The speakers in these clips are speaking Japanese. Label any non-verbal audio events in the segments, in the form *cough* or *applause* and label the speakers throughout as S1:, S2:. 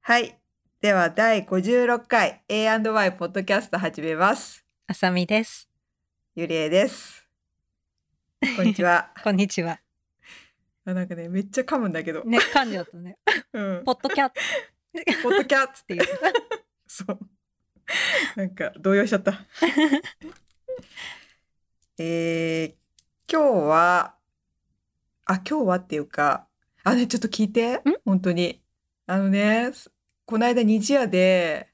S1: はい。では、第56回 A&Y ポッドキャスト始めます。
S2: あさみです。
S1: ゆりえです。こんにちは。
S2: こんにちは。
S1: *laughs* あなんかね、めっちゃ噛むんだけど。
S2: ね、噛んじゃったね。
S1: うん。
S2: ポッドキャッツっ
S1: ポッドキャスト
S2: ていう。
S1: そう。なんか動揺しちゃ *laughs* った。えー、今日は、あ、今日はっていうか、あね、ちょっと聞いて、本当に。あのね、すこの間、虹屋で、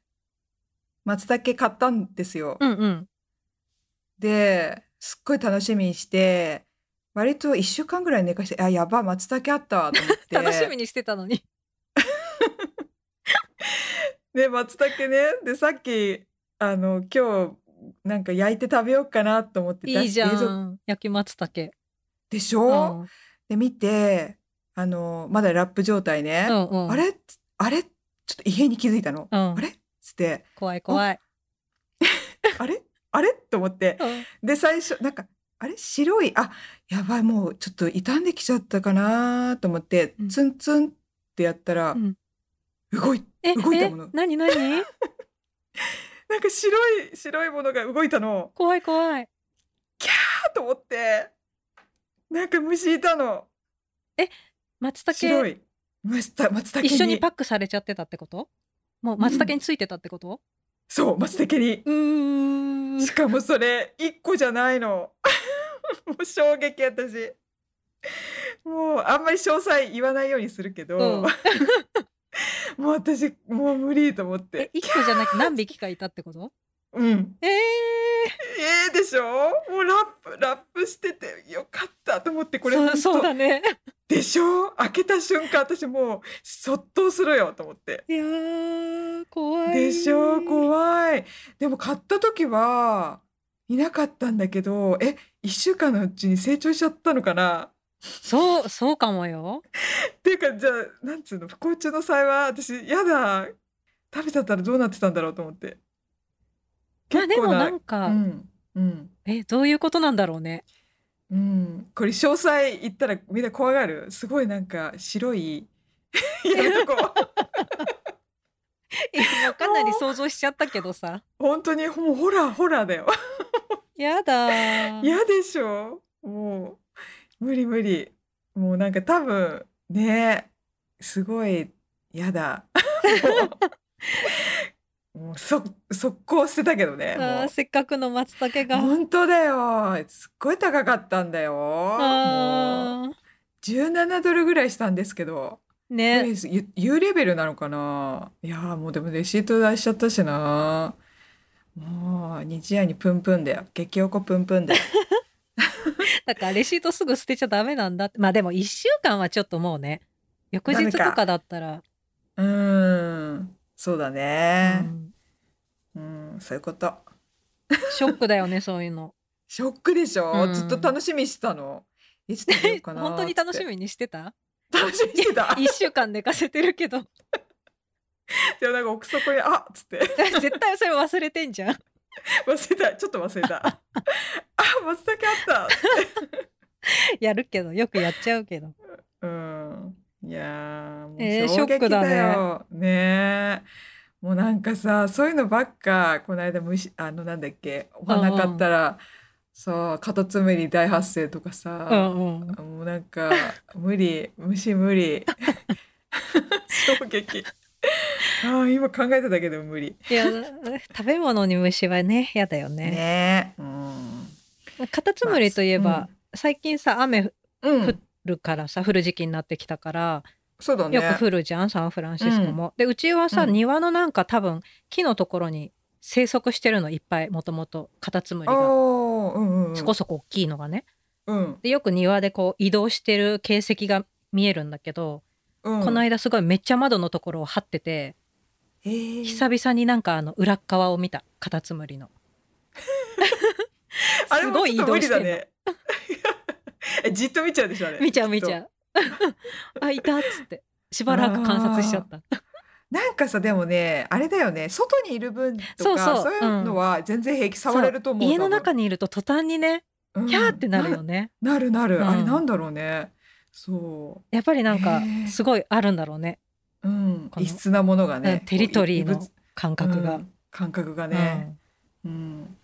S1: 松茸買ったんですよ。
S2: うんうん。
S1: で、すっごい楽しみにして、割と1週間ぐらい寝かして、あ、やば、松茸あったわと思って。
S2: *laughs* 楽しみにしてたのに。
S1: ね、松茸ね。で、さっき、あの、今日、なんか焼いて食べようかなと思って出し
S2: いいじゃ
S1: 冷蔵
S2: ん。焼き松茸。
S1: でし
S2: う
S1: ょ、
S2: ん
S1: で、見て、あの、まだラップ状態ね。
S2: うんうん。
S1: あれつあれちょっと異変に気づいたの。
S2: うん
S1: あ。れつって、
S2: 怖い怖い。
S1: あれあれと思って。
S2: うん
S1: で、最初、なんか、あれ白い、あ、やばい、もうちょっと傷んできちゃったかなと思って、
S2: うん
S1: ツンツンってやったら、
S2: うん
S1: 動い、
S2: え、
S1: 動いた
S2: え
S1: もの、
S2: なに *laughs* なに
S1: なんか白い、白いものが動いたの。
S2: 怖い怖い。
S1: あと思って、なんか虫いたの。
S2: 松
S1: 白
S2: 茸、
S1: い。松茸松茸
S2: 一緒にパックされちゃってたってこともう松茸についてたってこと
S1: そう、松茸に。
S2: うーん
S1: し。かもそれ1個じゃないの。 *laughs* もう衝撃私。もうあんまり詳細言わないようにするけど、
S2: うん
S1: もう私もう無理と思っ
S2: え
S1: て、。
S2: 一個じゃなくて何匹かいたってこと
S1: うん。
S2: ええ
S1: えー、でしょもうラップラップしててよかったと思ってこれ
S2: ー。
S1: 本
S2: そ
S1: 当
S2: うそうだね。
S1: でしょ開けた瞬間私もうそっとするよと思って。
S2: いやー、怖い。
S1: でしょ怖い。でも買った時はいなかったんだけどえ1週間のうちに成長しちゃったのかな
S2: そう、そうかもよ。
S1: っていうかじゃあなんつうの不幸中の幸は私やだ食べちゃったらどうなってたんだろうと思って
S2: まあでもな
S1: 結
S2: んか、
S1: 構なうんうん
S2: え、どういうことなんだろうね。
S1: うんこれ詳細言ったらみんな怖がるすごいなんか白い *laughs* やるとこ
S2: えもうかなり想像しちゃったけどさ。
S1: 本当にもうホラーホラーだよ
S2: やだー。
S1: 嫌でしょもう無理無理もうなんか多分ねすごい嫌だもう *laughs* もうそ速攻捨てたけどね
S2: あ
S1: もう
S2: ーせっかくの松茸が。
S1: 本当だよすっごい高かったんだよもう
S2: あ
S1: 17ドルぐらいしたんですけど
S2: ー
S1: こ
S2: ね。
S1: れゆ有レベルなのかないやーもうでもレシート出しちゃったしなもう日夜にプンプンだよ激おこプンプンだよ
S2: だからレシートすぐ捨てちゃダメなんだって。まあでも1週間はちょっともうね。翌
S1: ダメ
S2: 日と
S1: か
S2: かだったら。
S1: うーんそうだ
S2: う
S1: ね
S2: ん
S1: うんそういうこと
S2: ショックだよね、そういうの。
S1: ショックでしょ、
S2: うん
S1: ずっと楽しみにしてたのいつ食べようかなー
S2: 本当に楽し
S1: つって
S2: みにしてた
S1: 楽しみにしてた
S2: ?1 週間寝かせてるけど。 *laughs*
S1: でもなんか奥底にあっつって
S2: 絶対それ忘れてんじゃん。
S1: 忘れたちょっと
S2: *laughs*
S1: 忘れたあ松茸あっ
S2: やるけど、よくやっちゃうけど。
S1: たうんいやーもう
S2: えー
S1: 衝
S2: ショッ
S1: 撃
S2: クだ
S1: だ
S2: ね
S1: よ、ねえもうなんかさそういうのばっかこの間虫あのなんだっけお花買ったら、そうカタツムリ大発生とか
S2: う
S1: さ、
S2: んうん。
S1: もうなんか無理虫無理 *laughs* 衝撃あー今考えてたけど無理
S2: いや、食べ物に虫はね、やだよね。
S1: ねえうん
S2: カタツムリといえば、
S1: まあ
S2: 最近さ雨降
S1: うん、う
S2: ふ
S1: ん、
S2: るからさ降る時期になってきたから
S1: そうだね
S2: よく降るじゃんサンフランシスコも。でうちはさ、
S1: うん
S2: 庭のなんか多分木のところに生息してるのいっぱいもともとカタツムリが
S1: おーうんうんうん
S2: そこそこ大きいのがね。
S1: うん
S2: でよく庭でこう移動してる形跡が見えるんだけど、
S1: うん、
S2: この間すごいめっちゃ窓のところを張ってて、
S1: えー
S2: 久々になんかあの裏っ側を見たカタツムリの。
S1: あれ
S2: す
S1: も
S2: ご
S1: ちょ
S2: い
S1: っ
S2: 移
S1: と
S2: 動
S1: 無理
S2: してんの
S1: だね。 *laughs* えじっと見ちゃうでしょあれ。
S2: 見ちゃう見ち
S1: きっ
S2: ゃ
S1: と。
S2: う。 *laughs* あいたっつってしばらく観察しち
S1: *laughs*
S2: ゃった。
S1: なんかさでもねあれだよね外にいる分とかそ
S2: そううそう
S1: いうのは全然平気触れると思う。
S2: 家の中
S1: に
S2: にいると途端にねキャーってなるよね、
S1: な。なるなる、
S2: うん
S1: あれなんだろうね。そう。
S2: やっぱりなんか
S1: へー
S2: すごいあるんだろうね
S1: うん、
S2: この
S1: 異質なものがね、
S2: テリトリー
S1: こう
S2: の感覚が、
S1: う、ん感覚がね、うん、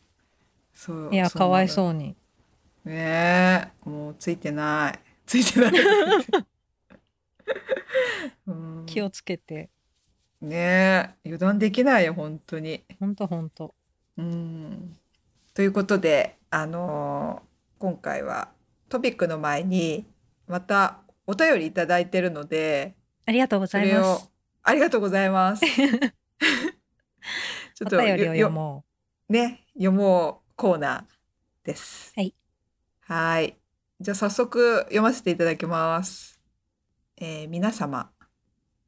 S1: そう
S2: うんいや
S1: そうなんだ
S2: かわいそうに
S1: ねえもうついてないついて
S2: *laughs*
S1: ない、うん、
S2: 気をつけて、
S1: ねえ油断できないよ本当に
S2: ほんとほんと
S1: うんということで、あのー今回はトピックの前にまたお便りいただいてるので
S2: ありがとうご
S1: そ
S2: ざい
S1: れ
S2: ま
S1: を
S2: す
S1: ありがとうございます。
S2: *laughs*
S1: ちょ
S2: お
S1: っと
S2: 便りを読
S1: よ
S2: も
S1: ね読もうコーナーです。
S2: はい。
S1: はーい。じゃあ早速読ませていただきます。えー皆様、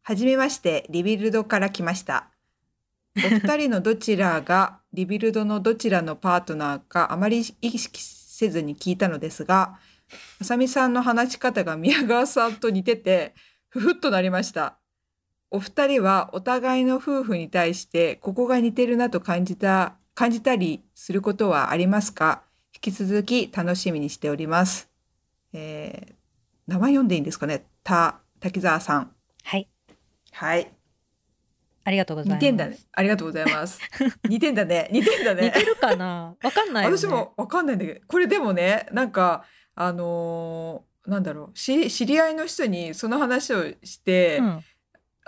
S1: はじめまして、リビルドから来ました。お二人のどちらが *laughs* リビルドのどちらのパートナーかあまり意識せずに聞いたのですが、あさみさんの話し方が宮川さんと似てて、ふふっとなりました。お二人はお互いの夫婦に対してここが似てるなと感じた、感じたりすることはありますか引き続き楽しみにしております。えー、名前読んでいいんですかねた、滝沢さん。
S2: うはい
S1: はい。
S2: ありがとうございま
S1: 似
S2: す
S1: てんだね。ありがとうござい
S2: *laughs*
S1: ます。似てんだね。似てんだね。
S2: 似てるかなわかんないよ、ね、
S1: 私もわかんないんだけど、これでもね、なんか、あのーなんだろうし知り合いの人にその話をして、
S2: うん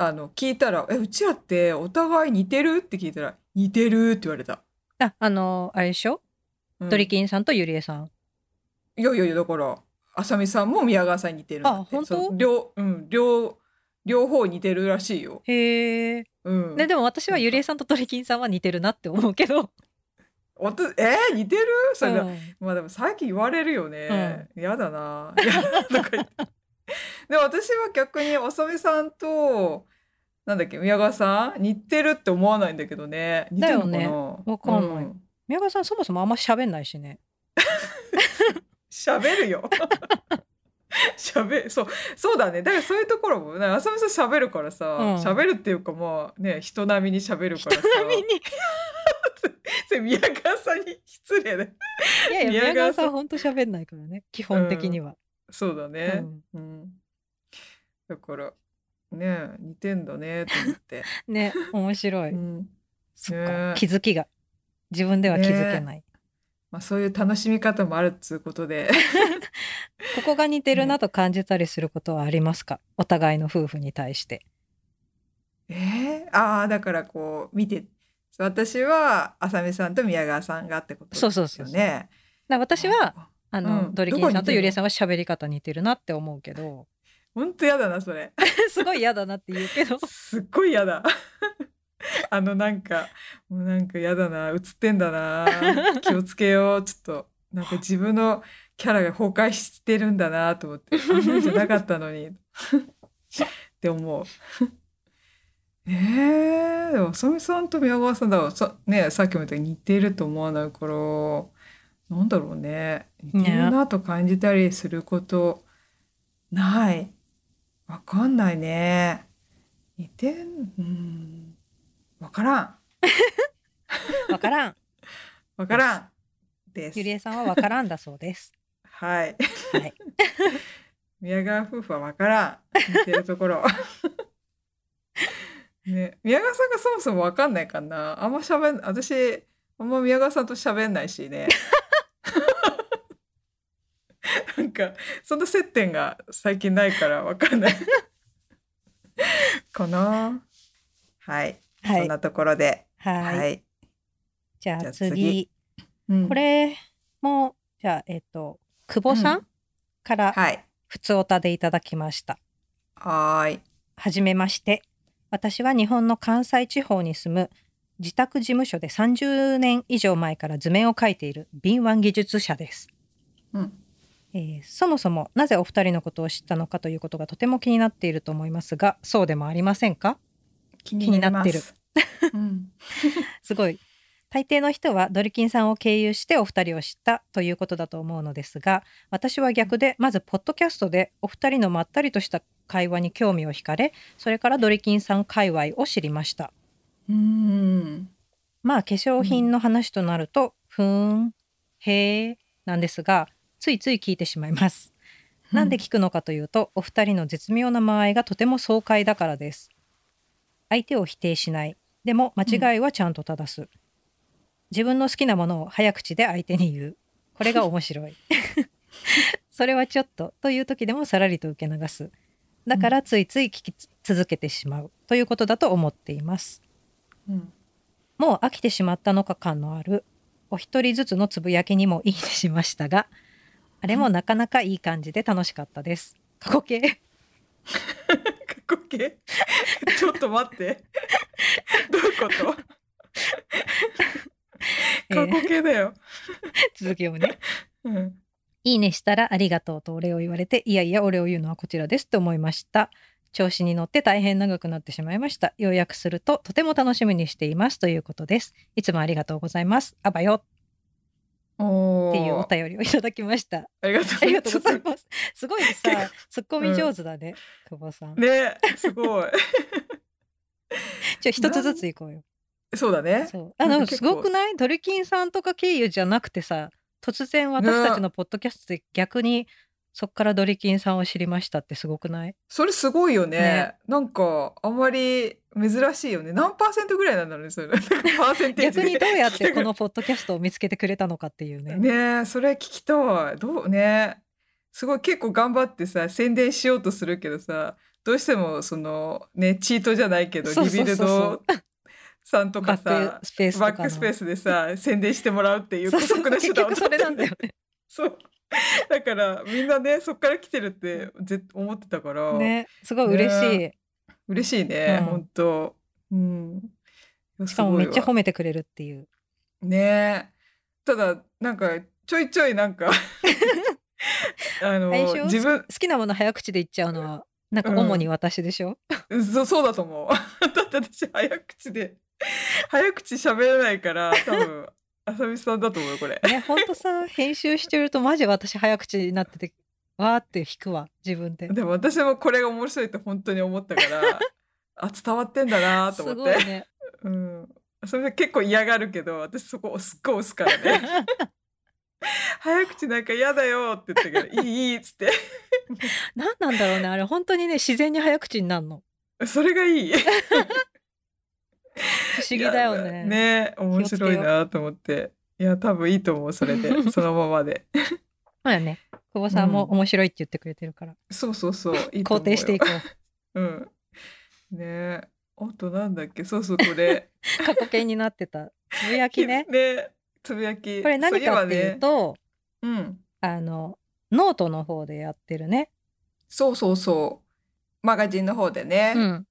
S1: あの聞いたら「えうちらってお互い似てる?」って聞いたら「似てる」って言われた。
S2: ああのあれでしょ、
S1: うん
S2: ドリキンさんとゆりえさん
S1: いやいやいやだから浅見さんも宮川さんに似てるんだって
S2: あ本当
S1: そう両うん両両方似てるらしいよ。
S2: へえ、
S1: うん。
S2: ね、でも私はゆりえさんとドリキンさんは似てるなって思うけど、
S1: おとえー似てる？それ、
S2: うん
S1: まあでも最近言われるよね。嫌、だな。いや *laughs* とか言って。でも私は逆に浅見さんとなんだっけ宮川さん似てるって思わないんだけどね。似てるのかな。
S2: だよわかんない
S1: うん
S2: 宮川さんそもそもあんま喋んない
S1: *laughs*
S2: しね
S1: 喋るよ。 *laughs* 喋そうそうだねだからそういうところもね浅見さん喋るからさ
S2: うん
S1: 喋、るっていうかまあね人並みに喋るからさ
S2: ちなみに
S1: *laughs* それ宮川さんに *laughs* 失礼だ
S2: いやいや
S1: 宮川さん
S2: 宮川さんほんと喋んないからね基本的には、
S1: そうだ
S2: う
S1: ね、
S2: ん
S1: うんだからね似てんだねと思
S2: *laughs*
S1: って、
S2: ね面白い、
S1: うん
S2: そっか
S1: ね
S2: 気づきが自分では気づけない、
S1: まあ、そういう楽しみ方もあるっつうことで *laughs*
S2: ここが似てるなと感じたりすることはありますかお互いの夫婦に対して
S1: えー、ああだからこう見て私は浅見さんと宮川さんがってことです
S2: そ
S1: よ
S2: う
S1: ね。
S2: そうそうそうな私はあの、
S1: うん
S2: ドリキ
S1: どこ
S2: ン
S1: に
S2: さ
S1: 似
S2: んと
S1: てる
S2: ゆりえさんは喋り方似てるなって思うけど
S1: 本当やだなそれ。
S2: すごい嫌だなって言うけど
S1: すっごい嫌だ。 *laughs* あのなんかもうなんか嫌だな映ってんだな気をつけようちょっとなんか自分のキャラが崩壊してるんだなと思ってあんなんじゃなかったのに *laughs* って思う。えー、でも浅見さんと宮川さんだからさ,、ね、さっきも言ったように似てると思わないからなんだろうね似てるなと感じたりすることないわかんないね。似てん、うん、わからん、
S2: わからん
S1: わからんです。
S2: ゆりえさんはわからんだそうです
S1: はい。
S2: はい
S1: *laughs* 宮川夫婦はわからん、似てるところ。 *laughs* ね、宮川さんがそもそもわかんないかな、あんま喋ん、私、あんま宮川さんと喋んないし
S2: *laughs*
S1: ね。なんか、その接点が最近ないから、わかんない。かな。はい、*laughs*
S2: は
S1: そん
S2: い
S1: なところで。
S2: はい
S1: はい。
S2: じゃ
S1: じゃ
S2: あ
S1: あ
S2: 次
S1: 次うん
S2: これもじゃあえっ、と久保さ
S1: うん
S2: から
S1: はい。
S2: 普通おたでいただきました
S1: はーい。
S2: はじめまして。私は日本の関西地方に住む自宅事務所で30年以上前から図面を描いている敏腕技術者です、
S1: うん。
S2: えーそもそもなぜお二人のことを知ったのかということがとても気になっていると思いますが、そうでもありませんか
S1: 気
S2: になって
S1: になりま
S2: る
S1: す。うん。
S2: すごい。大抵の人はドリキンさんを経由してお二人を知ったということだと思うのですが私は逆でまずポッドキャストでお二人のまったりとした会話に興味を惹かれそれからドリキンさん界隈を知りました
S1: うん。
S2: まあ化粧品の話となると、ふーんへーなんですがついつい聞いてしまいますなんで聞くのかというとお二人の絶妙な間合いがとても爽快だからです相手を否定しないでも間違いはちゃんと正す、自分の好きなものを早口で相手に言うこれが面 *laughs* 白いそれはちょっとという時でもさらりと受け流すだからついつい聞きつ続けてしまうということだと思っています
S1: うん
S2: もう飽きてしまったのか感のあるお一人ずつのつぶやきにもいいねしましたがあれもなかなかいい感じで楽しかったです過去形 *laughs*
S1: 過去形 *laughs* ちょっと待って
S2: *laughs*
S1: どういうこと
S2: え
S1: 過
S2: ー
S1: 去形だよ、
S2: 続きをね
S1: うん
S2: いいねしたらありがとうとお礼を言われて、いやいやお礼を言うのはこちらですと思いました。調子に乗って大変長くなってしまいました。要約すると、とても楽しみにしていますということです。いつもありがとうございます。あばよ
S1: おー
S2: っていうお便りをいただきました。
S1: ありがとう
S2: ありがとうござい
S1: す
S2: *laughs* ます。すごいさ、ツッコミ上手だね、久保さん。
S1: ねすごい
S2: ちょ、一つずつ行こうよ。
S1: そうだね
S2: そう。あ
S1: なん
S2: の、
S1: か結
S2: す
S1: 構
S2: ごくないドルキンさんとか経由じゃなくてさ、突然私たちのポッドキャストで逆に、そっからドリキンさんを知りましたってすごくない
S1: それすごいよね
S2: ね
S1: なんかあんまり珍しいよね何パーセントぐらいなんだろうねそれなんかパーセンテージ
S2: 逆
S1: *laughs* で
S2: にどうやっ
S1: *laughs*
S2: てこのポッドキャストを見つけてくれたのかっていうね。
S1: ねえそれ聞きたいどうねすごい結構頑張ってさ宣伝しようとするけどさどうしてもそのねチートじゃないけど
S2: そう
S1: リ
S2: そ
S1: ビ
S2: うそう
S1: ル
S2: そう
S1: ドさんとか
S2: バッ
S1: さ
S2: クスペースと
S1: バ
S2: かの
S1: ックスペースでさ宣伝してもらうっていう
S2: そ
S1: 孤
S2: うそう
S1: 独な手
S2: 結
S1: 段を
S2: 局それなんだよ
S1: *laughs*
S2: ね。
S1: そうだからみんなねそっから来てるってぜ思ってたから、
S2: ね、すごい嬉し
S1: 嬉しいね、
S2: うん
S1: 本当うんいや
S2: い。しかも
S1: すご
S2: め
S1: い
S2: っ
S1: わ
S2: ちゃ褒めてくれるっていう。
S1: ねえただなんかちょいちょいなん
S2: *laughs*
S1: か *laughs* あの
S2: 最初
S1: 自分
S2: 好きなもの早口で言っちゃうのは、なんか主に私でしょ、
S1: そそうだと思う *laughs* だって私早口で *laughs* 早口喋れないから多
S2: *laughs*
S1: 分あさみさんだと思うよこれ
S2: ね、ほんとさ、編集してるとマジ私早口になってて、わーって引くわ、自分で。
S1: でも私もこれが面白いって本当に思ったからあ伝わってんだな
S2: す
S1: と思って
S2: ごいね。
S1: うんそれで結構嫌がるけど私そこすっごい押すからね
S2: *laughs*
S1: 早口なんか嫌だよって言ったけど「いいいい」っつって
S2: 何なんだろうね、あれ本当にね、自然に早口になるの。
S1: それがいい。
S2: 不思議だよね。
S1: ね面白いなと思って。いや、多分いいと思う、それ
S2: *laughs*
S1: で。そのままで。
S2: まあね、久保さんも
S1: うん
S2: 面白いって言ってくれてるから、
S1: そうそうそう。いいと思うよ
S2: 肯定していこう。
S1: うん。ねえ。あとなんだっけそうそう、こ
S2: *laughs*
S1: れ。
S2: 過去形になってたつぶやきね
S1: つぶや *laughs* き。
S2: これ何かっていうと
S1: そういえばねうん。
S2: あのノートの方でやってるね、
S1: そうそうそう。マガジンの方でね。
S2: うん、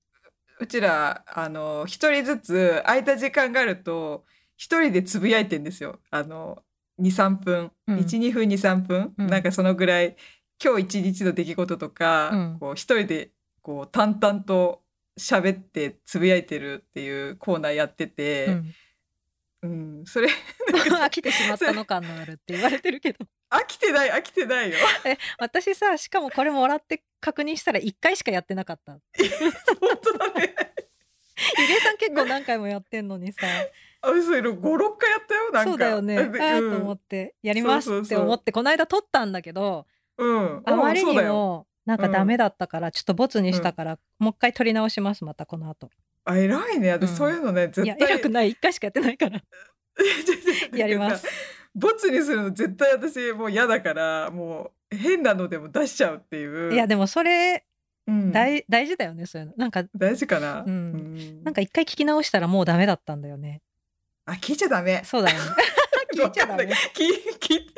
S1: うちら、あの、一人ずつ空いた時間があると、一人でつぶやいてんですよ。あの、2、3分。
S2: うん
S1: 1、2分、2、3分。
S2: うん
S1: なんかそのぐらい、今日一日の出来事とか、
S2: うん
S1: こう一人で、こう淡々と喋ってつぶやいてるっていうコーナーやって
S2: う
S1: て、
S2: ん、
S1: うん、それ、
S2: *laughs* 飽きてしまったの感のあるって言われてるけ
S1: *laughs*
S2: ど
S1: 飽きてない、飽きてないよ。 *laughs*
S2: 私さしかもこれもらって確認したら1回しかやってなかった
S1: 本当だね。
S2: ゆりえさん結構何回もやってんのにさ
S1: あ、嘘、5、6回やったよ、 *laughs* なんか。
S2: そうだよねあ
S1: う
S2: ーと思っ
S1: ん。
S2: てやります
S1: そう
S2: っ
S1: そ
S2: て
S1: うそう
S2: 思ってこの間撮ったんだけど
S1: うん。
S2: あまり
S1: うん
S2: に
S1: そうだよ
S2: もなんかダメだったからちょっとボツにしたから、もう一回撮り直しますまたこの後
S1: あ、偉いね。私、
S2: うん
S1: そういうのね、絶
S2: い
S1: 対
S2: や。偉くない1回しかやってないから *laughs* やります。
S1: ボツにするの絶対私もう嫌だからもう変なのでも出しちゃうっていう。
S2: いやでもそれ
S1: うん
S2: 大大事だよねそういうのなんか
S1: 大事かな。
S2: うん
S1: ん
S2: なんか一回聞き直したらもうダメだったんだよね
S1: あ聞いちゃダメ。
S2: そうだ
S1: *laughs*
S2: よね聞いちゃダメ
S1: わかんない聞い聞い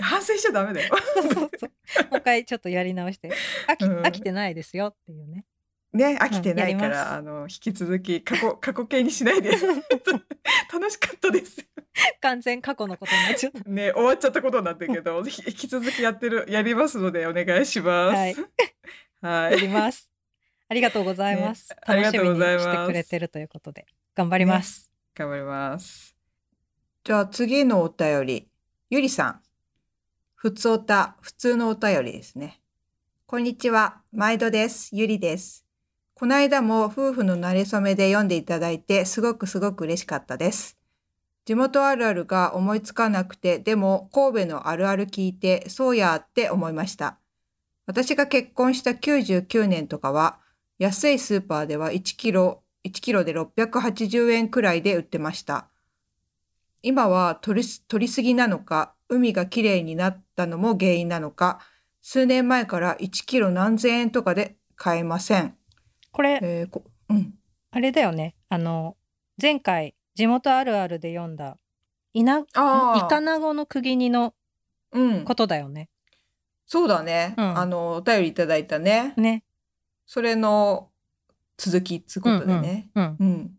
S1: 反省しちゃダメだよ。
S2: そうそうそうもう一回ちょっとやり直して飽き,、
S1: うん
S2: 飽きてないですよっていうね
S1: ね飽きてないか
S2: うんやります
S1: ら、あの引き続き過去 *laughs* 過去形にしないで楽しかったです。
S2: 完全過去のことになっちゃった
S1: ね終わっちゃったことになったけ
S2: *laughs*
S1: どひ引き続きやってるやりますのでお願いします。
S2: はい。
S1: *laughs* は
S2: や
S1: い。
S2: りますありがとうございます、
S1: あり
S2: 楽
S1: が
S2: し
S1: と
S2: み
S1: う
S2: に
S1: ございます
S2: してくれてるということで頑張ります、
S1: 頑張ります。じゃあ次のお便り、ゆりさん。ふつおた、普通のお便りですね。こんにちは、毎度です。ゆりです。この間も夫婦の馴れ初めで読んでいただいて、すごくすごく嬉しかったです。地元あるあるが思いつかなくて、でも神戸のあるある聞いて、そうやって思いました。私が結婚した99年とかは、安いスーパーでは1キロ1キロで680円くらいで売ってました。今は取りす取りすぎなのか、海がきれいになったのも原因なのか、数年前から1キロ何千円とかで買えません。
S2: これ
S1: えーこうん、
S2: あれだよねあの前回地元あるあるで読んだイナイ
S1: あー
S2: カナゴの釘煮の
S1: うん
S2: こ、とだよね。
S1: そうだね、
S2: うん
S1: あのお便りいただいたね、
S2: ね。
S1: それの続きっつうことでね、
S2: うん。
S1: うん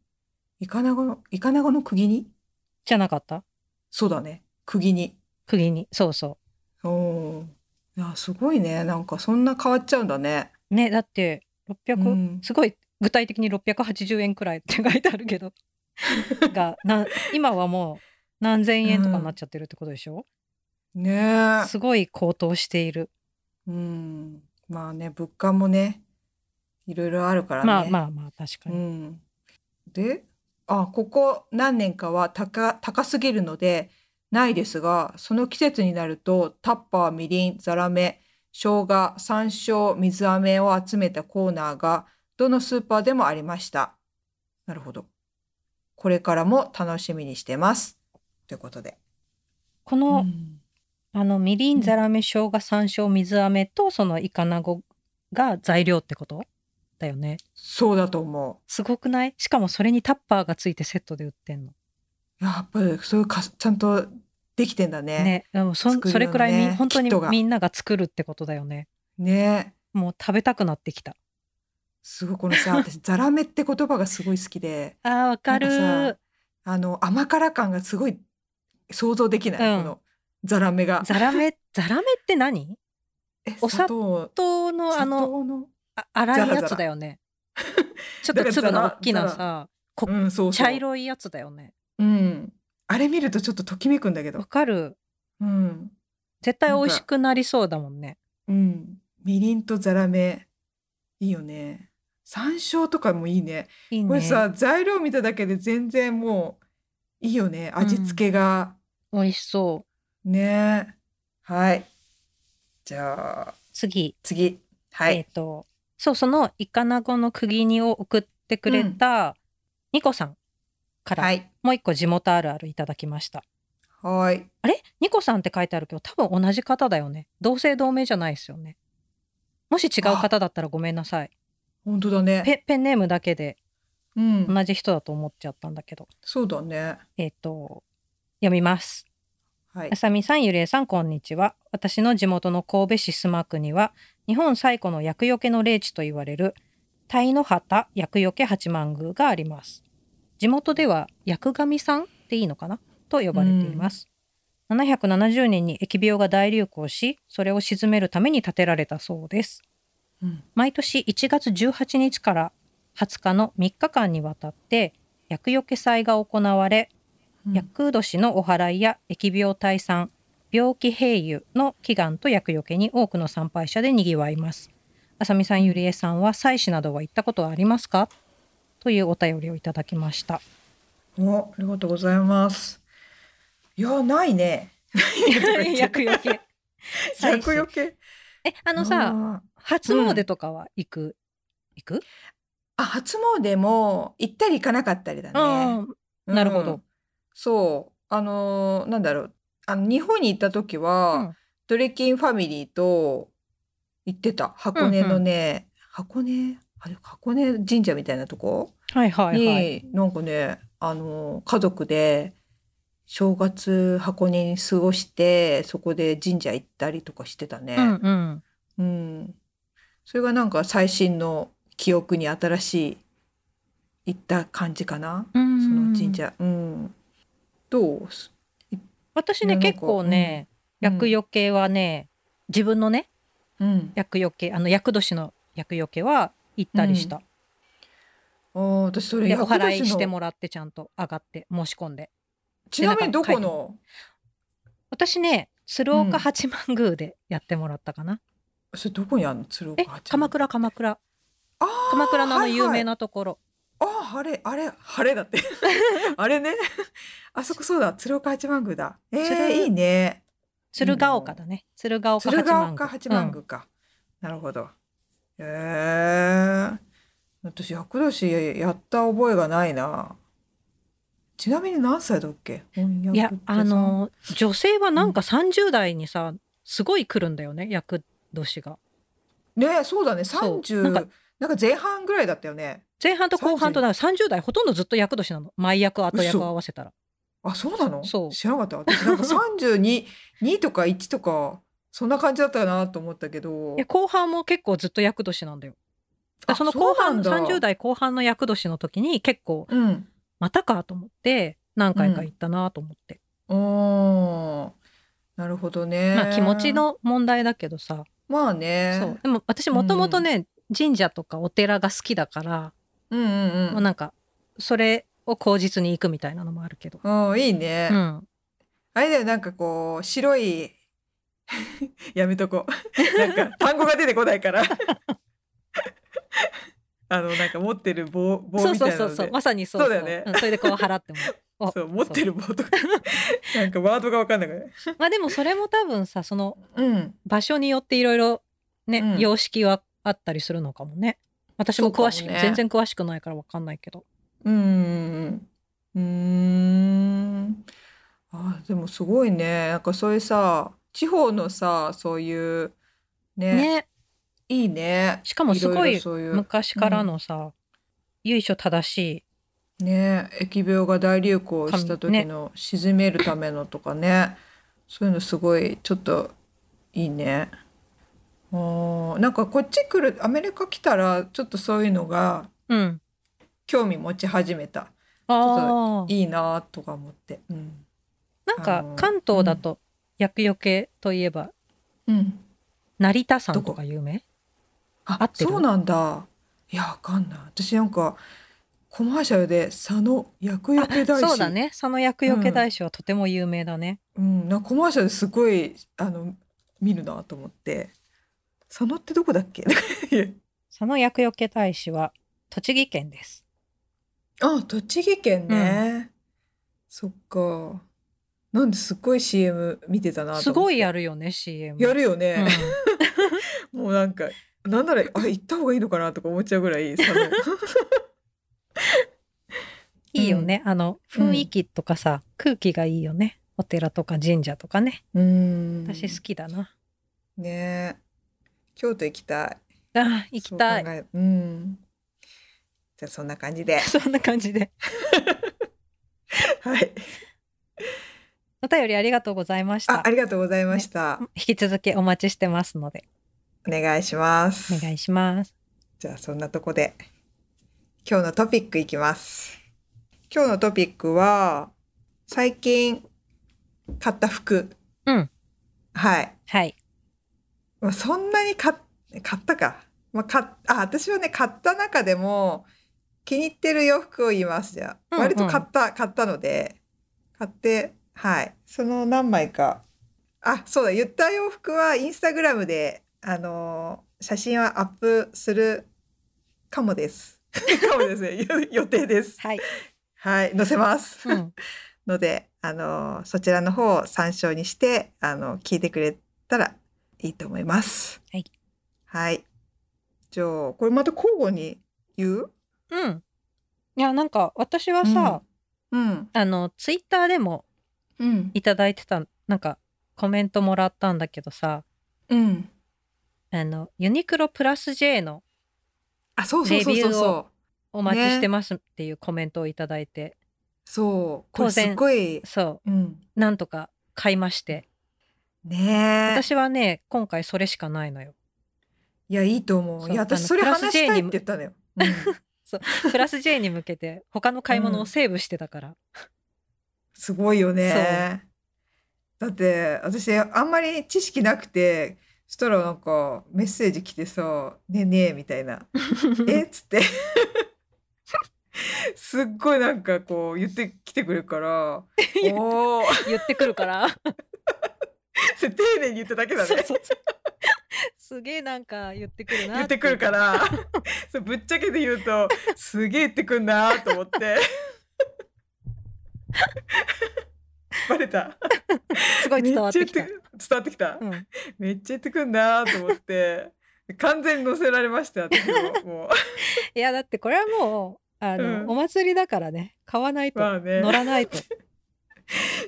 S1: イカナゴのイカナゴの釘に
S2: じゃなかった
S1: そうだね釘に
S2: 釘煮。そうそ
S1: おおいやすごいねなんかそんな変わっちゃうんだね、
S2: う。ねだって600、
S1: うん
S2: すごい具体的に680円くらいって書いてあるけ
S1: *laughs*
S2: どがな今はもう何千円とかになっちゃってるってことでしょ、
S1: ねえ
S2: すごい高騰している。
S1: うんまあね物価もねいろいろあるからね
S2: まあまあまあ確
S1: う
S2: かに。
S1: ん、であここ何年かは高高すぎるのでないですがその季節になるとタッパーみりんざらめ生姜山椒水飴を集めたコーナーがどのスーパーでもありましたなるほどこれからも楽しみにしてますということで、
S2: こ
S1: う
S2: の、
S1: ん
S2: あのみりんざらめ生姜山椒水飴とそのイカナゴが材料ってことだよね
S1: そうだと思
S2: すごくないしかもそれにタッパーがついてセットで売ってんの
S1: うやっぱりそういうかちゃんとできてんだね
S2: ねでもそ,、
S1: 作るよね
S2: それくらいみ本当に
S1: キットが
S2: みんなが作るってことだよね
S1: ね
S2: もう食べたくなってきた
S1: すごいこのさ私ザラメって言葉がすごい好きで
S2: あーわかる
S1: なんかあの甘辛感がすごい想像できない、
S2: うん
S1: このザラメが
S2: ざらめ *laughs* ざらめって何
S1: え
S2: お
S1: 砂
S2: 砂
S1: 糖
S2: 糖のあ
S1: 砂
S2: の
S1: 糖の
S2: あ粗い
S1: ざ
S2: や
S1: らざ
S2: つ
S1: ら
S2: だよねちょっと粒の大きなさこ
S1: うんそうそう
S2: 茶色いやつだよね
S1: うんあれ見るとちょっとときめくんだけ
S2: わ
S1: ど
S2: かる
S1: うん
S2: 絶対美味しくなりそうだもんね
S1: うんみりんとザラメいいよね山椒とかもいいね
S2: いいね
S1: これさ材料見ただけで全然もういいよね
S2: ん
S1: 味付けが、
S2: 美味しそう
S1: ねはいじゃあ
S2: 次
S1: 次はい、
S2: えっ、とそうそのイカナゴの釘煮を送ってくれたニコさんから、
S1: はい
S2: もう一個地元あるあるいただきました
S1: はい
S2: あれニコさんって書いてあるけど多分同じ方だよね同姓同名じゃないですよねもし違う方だったらごめんなさい
S1: 本当だね
S2: ペペンネームだけで
S1: うん、
S2: 同じ人だと思っちゃったんだけど、
S1: そうだね。
S2: えっ、と読みます
S1: はい
S2: あ。さみさん、ゆりえさん、こんにちは。私の地元の神戸市須磨区には、日本最古の厄除けの霊地と言われる、鯛の旗厄除け八幡宮があります。地元では、厄神さんっていいのかなと呼ばれています。770年に疫病が大流行し、それを鎮めるために建てられたそうです。
S1: うん
S2: 毎年1月18日から20日の3日間にわたって、厄除け祭が行われ、厄年のお祓いや疫病退散病気平癒の祈願と厄除けに多くの参拝者でにぎわいます浅見さんゆりえさんは祭祀などは行ったことはありますかというお便りをいただきました
S1: うんお、ありがとうございます。いや、ない
S2: *laughs*
S1: ね。
S2: *laughs*
S1: *laughs*
S2: 厄除け祭
S1: 厄除
S2: 祀
S1: け。
S2: *laughs* えあの
S1: あ
S2: さ
S1: ー、
S2: 初詣とかは行く、行く、
S1: あ、初詣も行ったり行かなかったりだね。
S2: うんなるほど
S1: うん。そう、あのーなんだろう。あの日本に行った時は、
S2: うん
S1: ドレキンファミリーと行ってた。箱根のね、箱根、あれ箱根神社みたいなとこ。
S2: はいはいはい、
S1: になんかねあの家族で正月箱根に過ごしてそこで神社行ったりとかしてた
S2: うん
S1: ね。
S2: うん
S1: うん、それがなんか最新の記憶に新しい行った感じかな。
S2: う
S1: そ
S2: ん
S1: の神社。うん。どうす？
S2: 私
S1: ね
S2: ね
S1: なんか
S2: 結構ね
S1: うん
S2: 厄除けはね自分のね
S1: うん。
S2: 厄除けあの厄年の厄除けは行ったりした、
S1: ああ、私それ
S2: で
S1: 厄
S2: お祓い
S1: 年
S2: して
S1: の
S2: もらってちゃんと上がって申し込んで
S1: ちなみにどこ
S2: なん
S1: の？
S2: 私ね鶴
S1: うん
S2: 岡八幡宮でやってもらったかな、
S1: それどこにあるの？鶴岡
S2: え
S1: 八幡
S2: 鎌。倉鎌倉
S1: あー
S2: 鎌倉のあの有
S1: はいは
S2: 名
S1: い
S2: なところ、
S1: ああ、あれ、あれ、晴れだ
S2: *laughs*
S1: って。あれね。あそこそうだ、鶴岡八幡宮だ。え
S2: 鶴
S1: えいいね。
S2: 鶴岡だね鶴岡八
S1: 鶴
S2: 幡宮
S1: 岡八幡宮か。なるほど。ええ私、厄年やった覚えがないな。ちなみに何歳だっけ翻
S2: い
S1: 訳っ
S2: や
S1: てさ
S2: あの女性はなんか30代にさすごい来るんだよね厄年が
S1: ねそうだね、
S2: そう
S1: 30、
S2: な
S1: なんん
S2: か
S1: か前半ぐらいだったよね。
S2: 前半と後半
S1: 30
S2: となんか30代ほとんどずっと厄年なの前役後役を合わせたら
S1: あ、そうなの
S2: そう
S1: 知らなかった。私なんか32、2とか1とか、そんな感じだったなと思ったけど
S2: *laughs* いや。後半も結構ずっと厄年なんだよだから
S1: あ
S2: その後半
S1: そうなんだ
S2: 30代後半の厄年の時に結構
S1: うん。
S2: またかと思って何回か行ったなと思って、
S1: おーなるほどね。
S2: まあ気持ち。の問題だけどさ、
S1: まあね。
S2: そうでも私もともとね、神社とかお寺が好きだから、
S1: うんうん
S2: もう
S1: うん。
S2: なんかそれを口実に行くみたいなのもあるけど、
S1: うん、いいね。
S2: うん、
S1: あれだよ、なんかこう、白い、 *laughs* やめとこう。 *laughs* なんか、単語が出てこないから。 *laughs* あの、なんか持ってる棒、棒
S2: そう
S1: み
S2: そ
S1: たい
S2: う
S1: な
S2: そ
S1: の
S2: うそう
S1: で。
S2: まさにそうそう
S1: そうだよね
S2: んそれでこう払っても
S1: *laughs*
S2: お
S1: そう、持ってる棒
S2: *laughs*
S1: とか。なんかワードがわかんなくない。
S2: そうまあでもそれも多分さその
S1: うん。
S2: 場所によっていろいろね、
S1: うん
S2: 様式はあったりするのかもね私も詳し
S1: そう
S2: く、
S1: かもね
S2: 全然詳しくないからわかんないけど
S1: うん。うーん。あ、でもすごいね。なんかそういうさ、地方のさ、そういう、ね、
S2: ね
S1: いいね。
S2: しかもすご
S1: ろ
S2: い
S1: ろそういう、
S2: 昔からのさ、由緒正しい
S1: ね、疫病が大流行した
S2: 神ね
S1: 時の鎮めるためのとかね、そういうのすごい、ちょっといいね。あーなんかこっち来る、アメリカ来たら、ちょっとそういうのが
S2: うん
S1: 興味持ち始めた。
S2: ああ
S1: いいなとか思って。うん。
S2: なん
S1: あ
S2: か
S1: の
S2: 関東だと厄除けといえば
S1: うん。
S2: 成田山
S1: ど
S2: と
S1: こ
S2: か有名
S1: あ、
S2: 合ってる
S1: そうなんだ。いや、わかんない。私なんか、コマーシャルで佐野厄除け大師。
S2: そうだねその厄除け大師はとても有名だね、
S1: うん、なんかコマーシャルですごい、あの、見るなと思って。佐野ってどこだっけ
S2: その厄除け大師は栃木県です
S1: あ、栃木県ね。そっか。なんですっごい CM 見てたなと思って。
S2: すごいやるよね CM
S1: やるよね。
S2: うん
S1: もうなんか、なんなら、あ、行った方がいいのかなとか思っちゃうぐらい、佐野。
S2: いいよね、あの
S1: うん
S2: 雰囲気とかさ、空気がいいよねお寺とか神社とかね *laughs*
S1: うん
S2: 私好きだな、
S1: ねえ京都行きたい
S2: あー行きたい
S1: そう考えうんじゃあそんな感じ
S2: *laughs*
S1: で
S2: そんな感じで
S1: はい
S2: お便りありがとうございまし
S1: あ
S2: た
S1: ありがとうございました、
S2: 引き続きお待ちしてますので
S1: お願いします
S2: お願いします
S1: じゃあそんなとこで今日のトピックいきます今日のトピックは最近買った服
S2: うん
S1: はい
S2: はい
S1: まあ、そんなに買っ買ったか、まあ、買っあ私はね買った中でも気に入ってる洋服を言いますじゃあ、
S2: うんうん
S1: 割と買った買ったので買ってはいその何枚かあそうだ言った洋服はインスタグラムであのー写真はアップするかもです
S2: *laughs*
S1: かもですね *laughs* 予予定です
S2: はい、
S1: はい載せます、
S2: うん、
S1: のであのそちらの方を参照にしてあの聞いてくれたらいいと思います。
S2: はい。
S1: はい。じゃあこれまた交互に言う？
S2: *laughs* うんいやなんか私はさ、
S1: うん
S2: あのツイッターでも
S1: うん
S2: いただいてたなんかコメントもらったんだけどさ
S1: うん。
S2: あのユニクロプラス J の
S1: あそうそうそう
S2: レビ
S1: そ
S2: ュ
S1: う
S2: ー
S1: そ
S2: を
S1: う。
S2: お待ち
S1: ね
S2: してますっていうコメントをいただいて、
S1: そうこ
S2: 当
S1: れす
S2: 然
S1: っごい
S2: そ
S1: うん
S2: うなんとか買いまして
S1: ねえ。
S2: 私はね今回それしかないのよ
S1: いやいいと思
S2: そう
S1: う。いや私
S2: あの
S1: それ
S2: プラス
S1: 話し
S2: J
S1: たいっ
S2: に
S1: て言ったのよ。うん
S2: プラス J に向けて他の買い物をセーブしてたから、
S1: すごいよね。だって私あんまり知識なくてそしたらなんかメッセージ来てさ「ねえねえ」みたい
S2: *laughs*
S1: な「えっ?」つってすっごいなんかこう言ってきてくれるから
S2: *laughs*
S1: 「おお」
S2: 言ってくるから *laughs*
S1: 丁寧に言っただけだ
S2: そう
S1: ね。
S2: そうそうすげえなんか言ってくるな
S1: 言ってくるかららそうぶっちゃけて言うとすげえ言ってくんなと思って
S2: *laughs*
S1: バレた
S2: すごい伝わってきた
S1: めっちゃ言って伝わってきた
S2: う、ん
S1: めっちゃ言ってくんなと思って完全に乗せられましたよ私も
S2: *laughs*
S1: も
S2: いやだってこれはもうあの、
S1: うん
S2: お祭りだからね買わないうと、
S1: まあね
S2: 乗らな
S1: *laughs*
S2: いと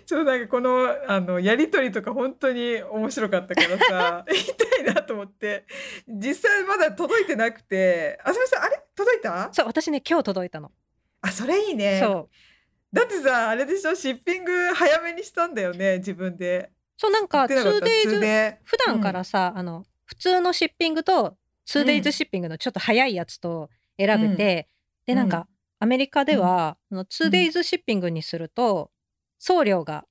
S1: ちょっとなんかこのあのやりとりとか本当に面白かったから
S2: *laughs*
S1: さ言いたいなと思って実際まだ届いてなくてあすみませんあれ届いた
S2: そう私ね今日届いたの、
S1: あそれいいね
S2: そう
S1: だってさあれでしょシッピング早めにしたんだよね自分で
S2: そうなんか
S1: 言ってなかった
S2: 2days
S1: で
S2: 普段からさ、あの普通のシッピングと 2days シッピングのちょっと早いやつと選べて、
S1: うん
S2: でなんか、アメリカでは、あの 2days シッピングにすると送料が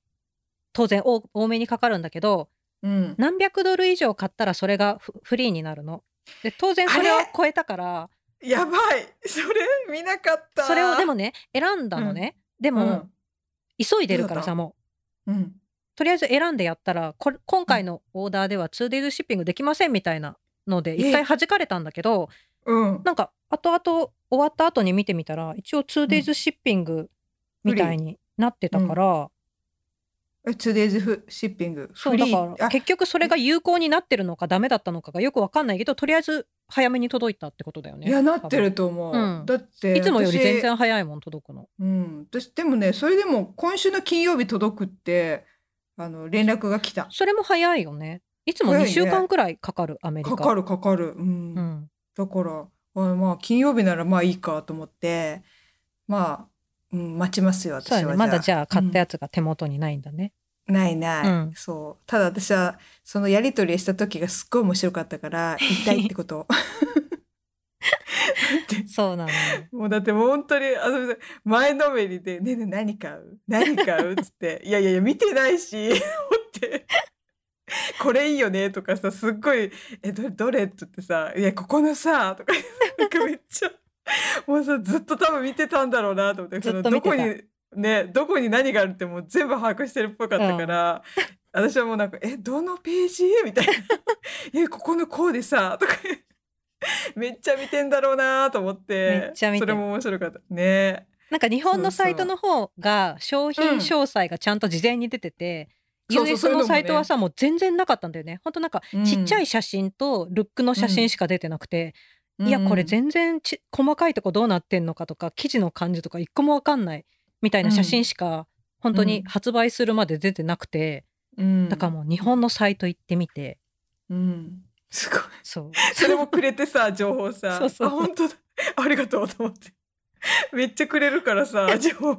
S2: 当然多多めにかかるんだけど
S1: うん
S2: 何百ドル以上買ったらそれがフフリーになるの。で当然それを
S1: あれ
S2: 超えたから
S1: やばいそれ見なかった
S2: それをでもね選んだのね、で
S1: う
S2: も、
S1: ん
S2: 急いでるか
S1: どうだ
S2: ら
S1: った
S2: さもう
S1: うん
S2: とりあえず選んでやったらこれ今回のオーダーでは 2days シッピングできませんみたいなので
S1: え
S2: 一回弾かれたんだけど、
S1: うん
S2: なんか後々終わった後に見てみたら一応 2days シッピングみたいになってたから、
S1: え 2days フシッピング
S2: そ
S1: フ
S2: うだ
S1: リ
S2: か
S1: ー
S2: ら
S1: あ
S2: 結局それが有効になってるのかダメだったのかがよくわかんないけどとりあえず早めに届いたってことだよね。
S1: いやなってると思う、
S2: うん
S1: だって
S2: いつもより
S1: 私
S2: 全然早いもん届くの。
S1: うん、私でもねそれでも今週の金曜日届くってあの連絡が来た
S2: それも早いよね。いつも
S1: 早い
S2: 2
S1: ね
S2: 週間くらいかかるアメリカ。
S1: かかるかかる、うん
S2: うん。
S1: だからあまあ金曜日ならまあいいかと思ってまあ、うん、待ちますよ私
S2: そう
S1: は
S2: だね。まだじゃあ買ったや
S1: つ、
S2: つが手元にないんだね。
S1: うんないない、
S2: うん
S1: そうただ私はそのやり取りした時がすっごい面白かった
S2: *laughs*
S1: から言いたいってことだって
S2: そうなのよ。
S1: もうだってもう本当にあの前のめりで「ねえねえ何買う何買う?」っつって「 *laughs* いやいやいや見てないし」思って「これいいよね」とかさすっごい「えどれどれ?」っつってさ「いやここのさ」とかなんかめっちゃもうさずっと多分見てたんだろうなと思って
S2: ずっ
S1: そのど
S2: と見て
S1: こ
S2: た
S1: にねどこに何があるってもう全部把握してるっぽかったから、私はもうなんか「えどのページ?」みたいな「えここのこうでさ」とか *laughs* めっちゃ見てんだろうなと思って
S2: めっちゃ見て
S1: そ
S2: る
S1: れも面白かったね
S2: なんか日本のサイトの方が商品詳細がちゃんと事前に出てて、
S1: そうそう
S2: US
S1: そういうの
S2: の
S1: もね
S2: サイトはさもう全然なかったんだよね。ほんとなんか
S1: うん
S2: ちっちゃい写真とルックの写真しか出てなくて、いやこれ全然ち細かいとこどうなってんのかとか記事の感じとか一個もわかんないみたいな写真しか本当
S1: う
S2: に
S1: ん
S2: 発売するまで出てなくて、
S1: うん
S2: だからもう日本のサイト行ってみて
S1: うんすごい *laughs*
S2: そう
S1: それもくれてさ情報さ
S2: *laughs* そうそう
S1: あ本当だありがとうと思ってめっちゃくれるからさ情報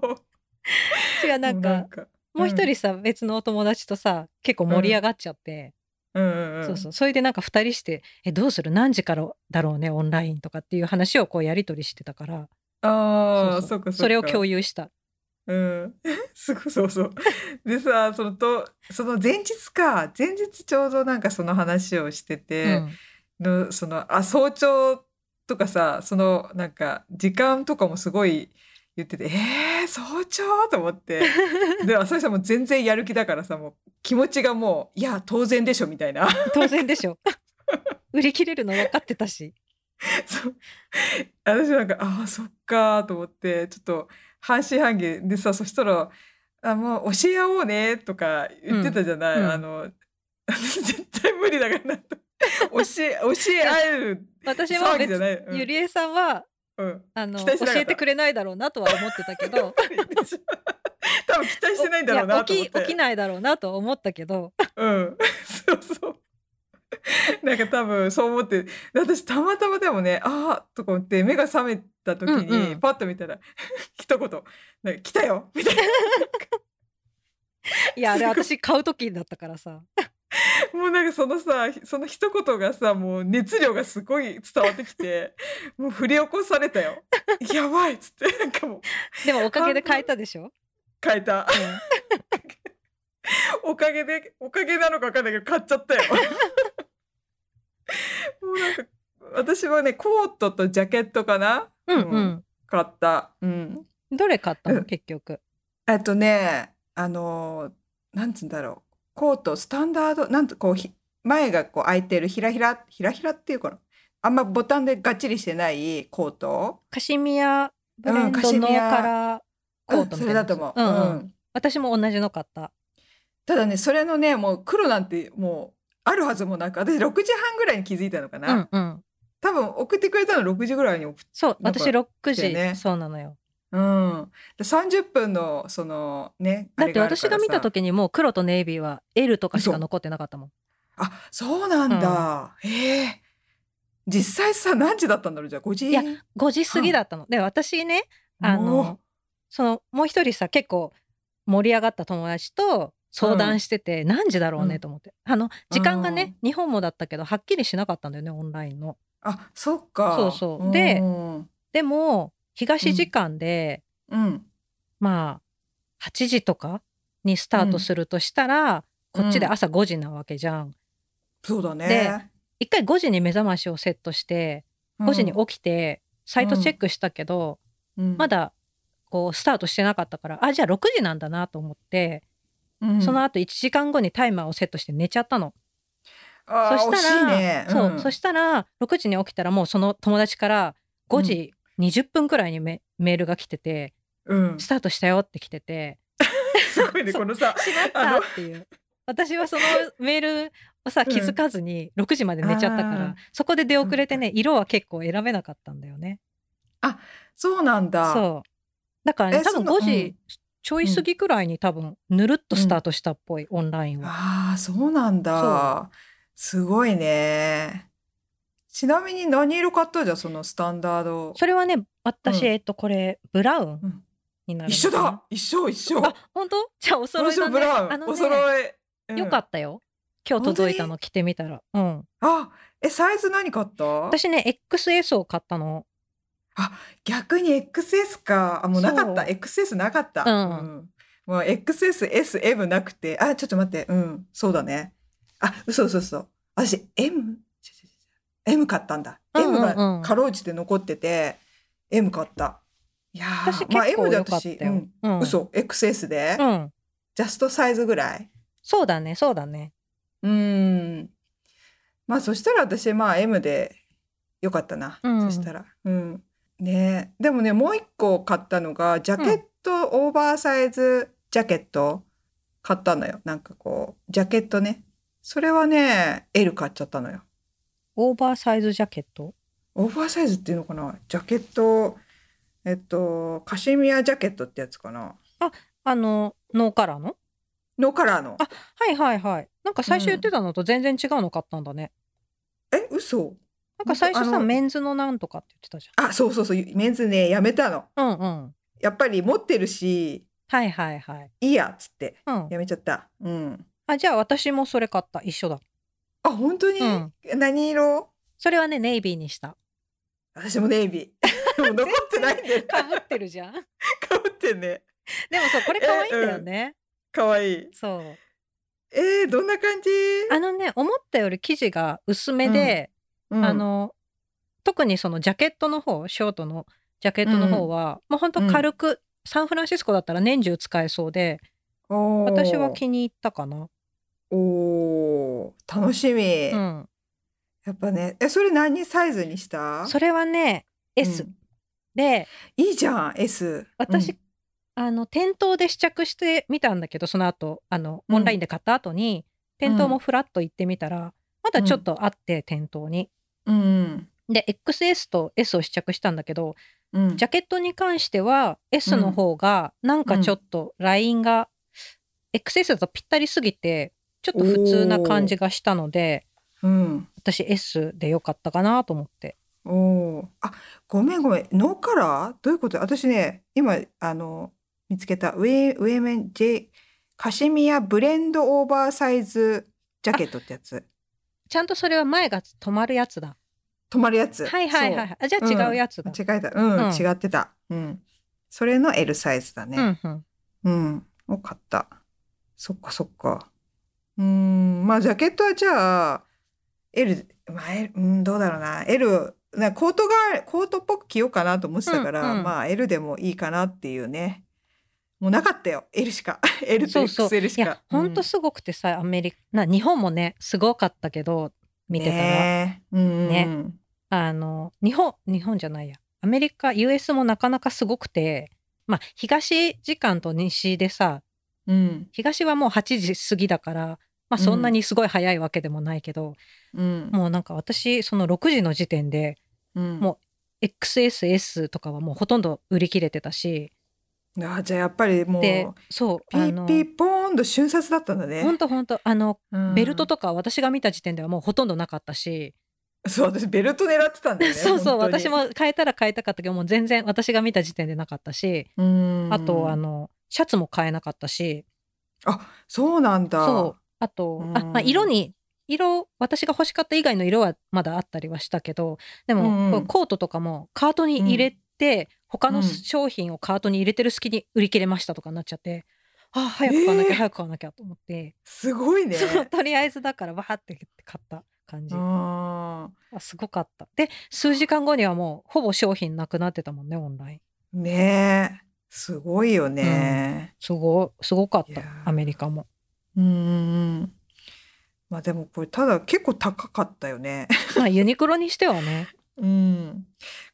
S2: いやなんかもう一人さ、別のお友達とさ結構盛り上がっちゃって、
S1: うんうんうん
S2: そうそうそれでなんか2人して「えどうする何時からだろうねオンライン」とかっていう話をこうやり取りしてたから
S1: ああ
S2: そう
S1: そ
S2: そう
S1: うかそうか
S2: それを共有した。
S1: うん、 *laughs* すごいそうそう。でさそのとその前日か前日ちょうどなんかその話をして
S2: う
S1: て、
S2: ん
S1: のそのあ早朝とかさそのなんか時間とかもすごい言っててえー、早朝と思ってで浅井さんも全然やる気だからさもう気持ちがもういや当然でしょみたいな *laughs*
S2: 当然でしょ売り切れるの分かってたし
S1: そう私なんかああそっかーと思ってちょっと半信半疑でさそしたらあ「もう教え合おうね」とか言ってたじゃない、
S2: うんうん
S1: あの *laughs* 絶対無理だからな
S2: *laughs*
S1: と教え教え合える
S2: 私も
S1: 騒ぎ
S2: 別
S1: じゃ
S2: に
S1: ない、うん
S2: ゆりえさんは
S1: うん
S2: あの
S1: 期
S2: 教
S1: 待しなかった
S2: えてくれないだろうなとは思ってたけど
S1: 多分 *laughs* 期待してないんだろう
S2: い
S1: な
S2: や
S1: と思っ
S2: 起
S1: て
S2: き起きないだろうなとは思った
S1: *laughs*
S2: けど
S1: うん、そう *laughs* そう。なんか多分そう思って私たまたまでもねあーとか思って目が覚めた時
S2: うんう
S1: に
S2: ん
S1: パッと見たら、 *laughs* 一言「なんか来たよ」みたいない
S2: やあれ私買う時だったからさ
S1: もうなんかそのさその一言がさもう熱量がすごい伝わってきてもう振り起こされたよ「やばい」っつってなんかもう
S2: でもおかげで買えたでしょ、
S1: 変えた
S2: うん
S1: おかげでおかげなのか分かんないけど買っちゃった *laughs* よもうなんか私はねコートとジャケットかな
S2: うんう
S1: うん買った。うん。
S2: どれ買った
S1: う
S2: の
S1: ん
S2: 結局
S1: あとね、あのー、なんつうんだろう。コート、スタンダード、なんとこうひ、前がこう開いてるひらひら、ひらひらっていうかな。あんまボタンでがっちりしてないコート。
S2: カシミヤブレン
S1: うんカ
S2: ド
S1: シ
S2: の
S1: ミヤ
S2: カラーコ
S1: うん
S2: ートみ
S1: そ
S2: た
S1: れ
S2: いな
S1: だ
S2: やつ
S1: と思う。
S2: んうん
S1: うん
S2: 私も同じの買った
S1: ただね、それのね、もう黒なんてもうあるはずもなく私6時半ぐらいに気づいたのかな、
S2: うんうん。
S1: 多分送ってくれたの6時ぐらいに送っ
S2: そう、
S1: なんか
S2: 私6
S1: だよ
S2: 時、
S1: ね
S2: そうなのよ。
S1: うんで30分のそのね
S2: だって私が見た
S1: と
S2: 時にもう黒とネイビーは L とかしか残ってなかったもん。
S1: あそうなんだ、ええ実際さ何時だったんだろうじゃあ5時
S2: いや5時過ぎだったの。で、私ね、あの、そのもう一人さ、結構盛り上がった友達と相談してて、何時だろうねと思って。あの、時間がね、日本もだったけど、はっきりしなかったんだよね、オンラインの。
S1: あそっか
S2: そうそうで
S1: うん
S2: でも、東時間で、
S1: うん
S2: まあ、8時とかにスタートするとしたら、
S1: うん
S2: こっちで朝5時なわけじゃん。
S1: そうだ
S2: で
S1: ね
S2: 一回5時に目覚ましをセットして、5時に起きて、サイトチェックしたけど、ま
S1: ま、
S2: だこうスタートしてなかったからあじゃあ6時なんだなと思って、
S1: うん
S2: その後1時間後にタイマーをセットして寝ちゃったの、
S1: あー
S2: そしたら
S1: 惜しいね
S2: そうそ
S1: し
S2: したら6時に起きたらもうその友達から5時20分くらいにメ,、メールが来てて
S1: うん、
S2: ス
S1: す
S2: タートしたよって来てて
S1: *laughs* ごいねこのさ
S2: *laughs* しま
S1: *laughs*
S2: ったっていう私はそのメールをさ
S1: うん
S2: 気づかずに6時まで寝ちゃったから、
S1: あー
S2: そこで出遅れてね色は結構選べなかったんだよね
S1: そうなんだ
S2: そうだから、ね、
S1: え
S2: 多分
S1: その
S2: 5時、
S1: うん
S2: ちょい過ぎくらいに多分ぬるっとスタートしたっぽい、オンラインは。
S1: ああそうなんだすごいねちなみに何色買ったじゃんそのスタンダード
S2: それはね私、
S1: うん
S2: えっとこれブラウ
S1: う
S2: ン
S1: ん
S2: になるのかな
S1: 一緒だ一緒一緒
S2: あ本当じゃあお揃い
S1: 私
S2: だ
S1: も
S2: ね
S1: ブラウン、
S2: あのね
S1: お揃い、うん
S2: よかったよ今日届いたの着てみたらうん
S1: あえサイズ何買った
S2: 私ね XS を買ったの
S1: 逆に XS かあもうなかった
S2: そう
S1: XS なかった
S2: うん
S1: もう XSSM なくてあちょっと待ってうんそうだねあ嘘嘘嘘私 M? M 買ったんだ、
S2: うんうんうん
S1: M がかろうじて残ってて M 買ったいやー
S2: 私
S1: まあ
S2: 結
S1: M
S2: 構
S1: で
S2: 良かった
S1: 私、
S2: よ、
S1: うん
S2: うん
S1: 嘘 XS で、
S2: うん
S1: ジャストサイズぐらい
S2: そうだねそうだね
S1: うんまあそしたら私まあ M でよかったな、
S2: うん
S1: そしたらうんねえでもねもう一個買ったのがジャケット、オーバーサイズジャケット買ったのよなんかこうジャケットねそれはね L 買っちゃったのよ
S2: オーバーサイズジャケット
S1: オーバーサイズっていうのかなジャケットえっとカシミヤジャケットってやつかな
S2: あのノーカラーの
S1: ノーカラーの
S2: あはいはいはいなんか最初言ってたのと全然違うの買ったんだね、
S1: え嘘
S2: なんか最初
S1: あ
S2: さ
S1: の
S2: メンズのなんとかって言ってたじ
S1: あそうそうそうメンズねやめたの
S2: ゃんうんうん
S1: やっぱり持ってるし
S2: はいはいはい
S1: いいやっつって
S2: うん
S1: やめちゃった。うん。
S2: あじゃあ私もそれ買った一緒だ
S1: あ、本当に、
S2: うん
S1: 何色
S2: それはねネイビーにした
S1: 私もネイビ
S2: *laughs*
S1: ー。でも残ってないんだよ。
S2: かぶってるじ *laughs* ゃん
S1: かぶってんね。
S2: でもそうこれ可愛いんだよね、
S1: かわいい。
S2: そう
S1: えー、どんな感じ
S2: あのね思ったより生地が薄めで、
S1: うん
S2: あの特にそのジャケットの方ショートのジャケットの方は、もうほんと軽く、サンフランシスコだったら年中使えそうで
S1: おー
S2: 私は気に入ったかな、
S1: おー楽しみ、
S2: うん、
S1: やっぱね、え、それ何サイズにした
S2: そ
S1: れ
S2: れはね S、で
S1: いいじゃん、S。
S2: 私、あの店頭で試着してみたんだけどその後あの
S1: うん
S2: オンラインで買った後に、店頭もフラッと行ってみたら、まだちょっとあって店頭に。
S1: うん。うん。
S2: で XS と S を試着したんだけど
S1: うん、
S2: ジャケットに関しては S の方がなんかちょっとラインが XS だとぴったりすぎてちょっと普通な感じがしたので
S1: うん。
S2: 私 S でよかったかなと思って。
S1: おお。あ、ごめんごめん。ノーカラーどういうこと私ね、今、あの、見つけた。ウェイ、ウェイメン J、カシミヤブレンドオーバーサイズジャケットってやつ。
S2: ちゃんとそれは前が止まるやつだ。
S1: 止まるやつ。
S2: はいはいはいはい。あじゃあ違うやつだ。
S1: そう。違えた。うん、
S2: うん
S1: 違ってた。うん。それの L サイズだ
S2: う
S1: ね。
S2: んうん。
S1: うん。を買った。そっかそっか。うーん。まあ、ジャケットはじゃあ、L、まあ、L うん、どうだろうな。L、なコートが、コートっぽく着ようかなと思ってたから、
S2: うんうん
S1: まあ、L でもいいかなっていうね。もうなかったよ。L しか。L *laughs* と
S2: そうそう
S1: XL
S2: い
S1: し
S2: や
S1: か。
S2: ほんとすごくてさアメリカな日本もねすごかったけど見てたら、
S1: ねえうんうん。
S2: ねあの日本日本じゃないやアメリカ US もなかなかすごくてまあ東時間と西でさ
S1: うん。
S2: 東はもう8時過ぎだからまあ、そんなにすごい早いわけでもないけど、
S1: うん
S2: もうなんか私その6時の時点で
S1: うん
S2: も XSS とかはもうほとんど売り切れてたし
S1: あじゃあやっぱりもうピ
S2: でそうあ
S1: ー
S2: の
S1: ピーポーンと瞬殺だったんだね
S2: ほんとほんとあの
S1: うん
S2: ベルトとか私が見た時点ではもうほとんどなかったし、
S1: そう私ベルト狙ってたんだよね
S2: *laughs* そうそう
S1: 本当に
S2: 私も変えたら変えたかったけどもう全然私が見た時点でなかったし、
S1: うん
S2: あとあのシャツも変えなかったし
S1: そうなんだ
S2: そうあと、あまあ、
S1: うん
S2: 色に色私が欲しかった以外の色はまだあったりはしたけどでも、
S1: うんうん
S2: こうコートとかもカートに入れて、他
S1: う
S2: の
S1: ん
S2: 商品をカートに入れてる隙に売り切れましたとかになっちゃって、ああ早く買わなき
S1: え
S2: ゃ、
S1: ー
S2: 早く買わなきゃと思って、
S1: すごいね
S2: そ
S1: *laughs*
S2: う *laughs* とりあえずだからわーって買った感じ、
S1: うん
S2: あすごかったで数時間後にはもうほぼ商品なくなってたもんねオンライン
S1: ねえすごいよね。
S2: すごいすごかっ
S1: い
S2: た
S1: やー
S2: アメリカも
S1: うん、ん、まあでもこれただ結構高かったよね。
S2: まあユニクロにしては
S1: *laughs*
S2: ね
S1: うん、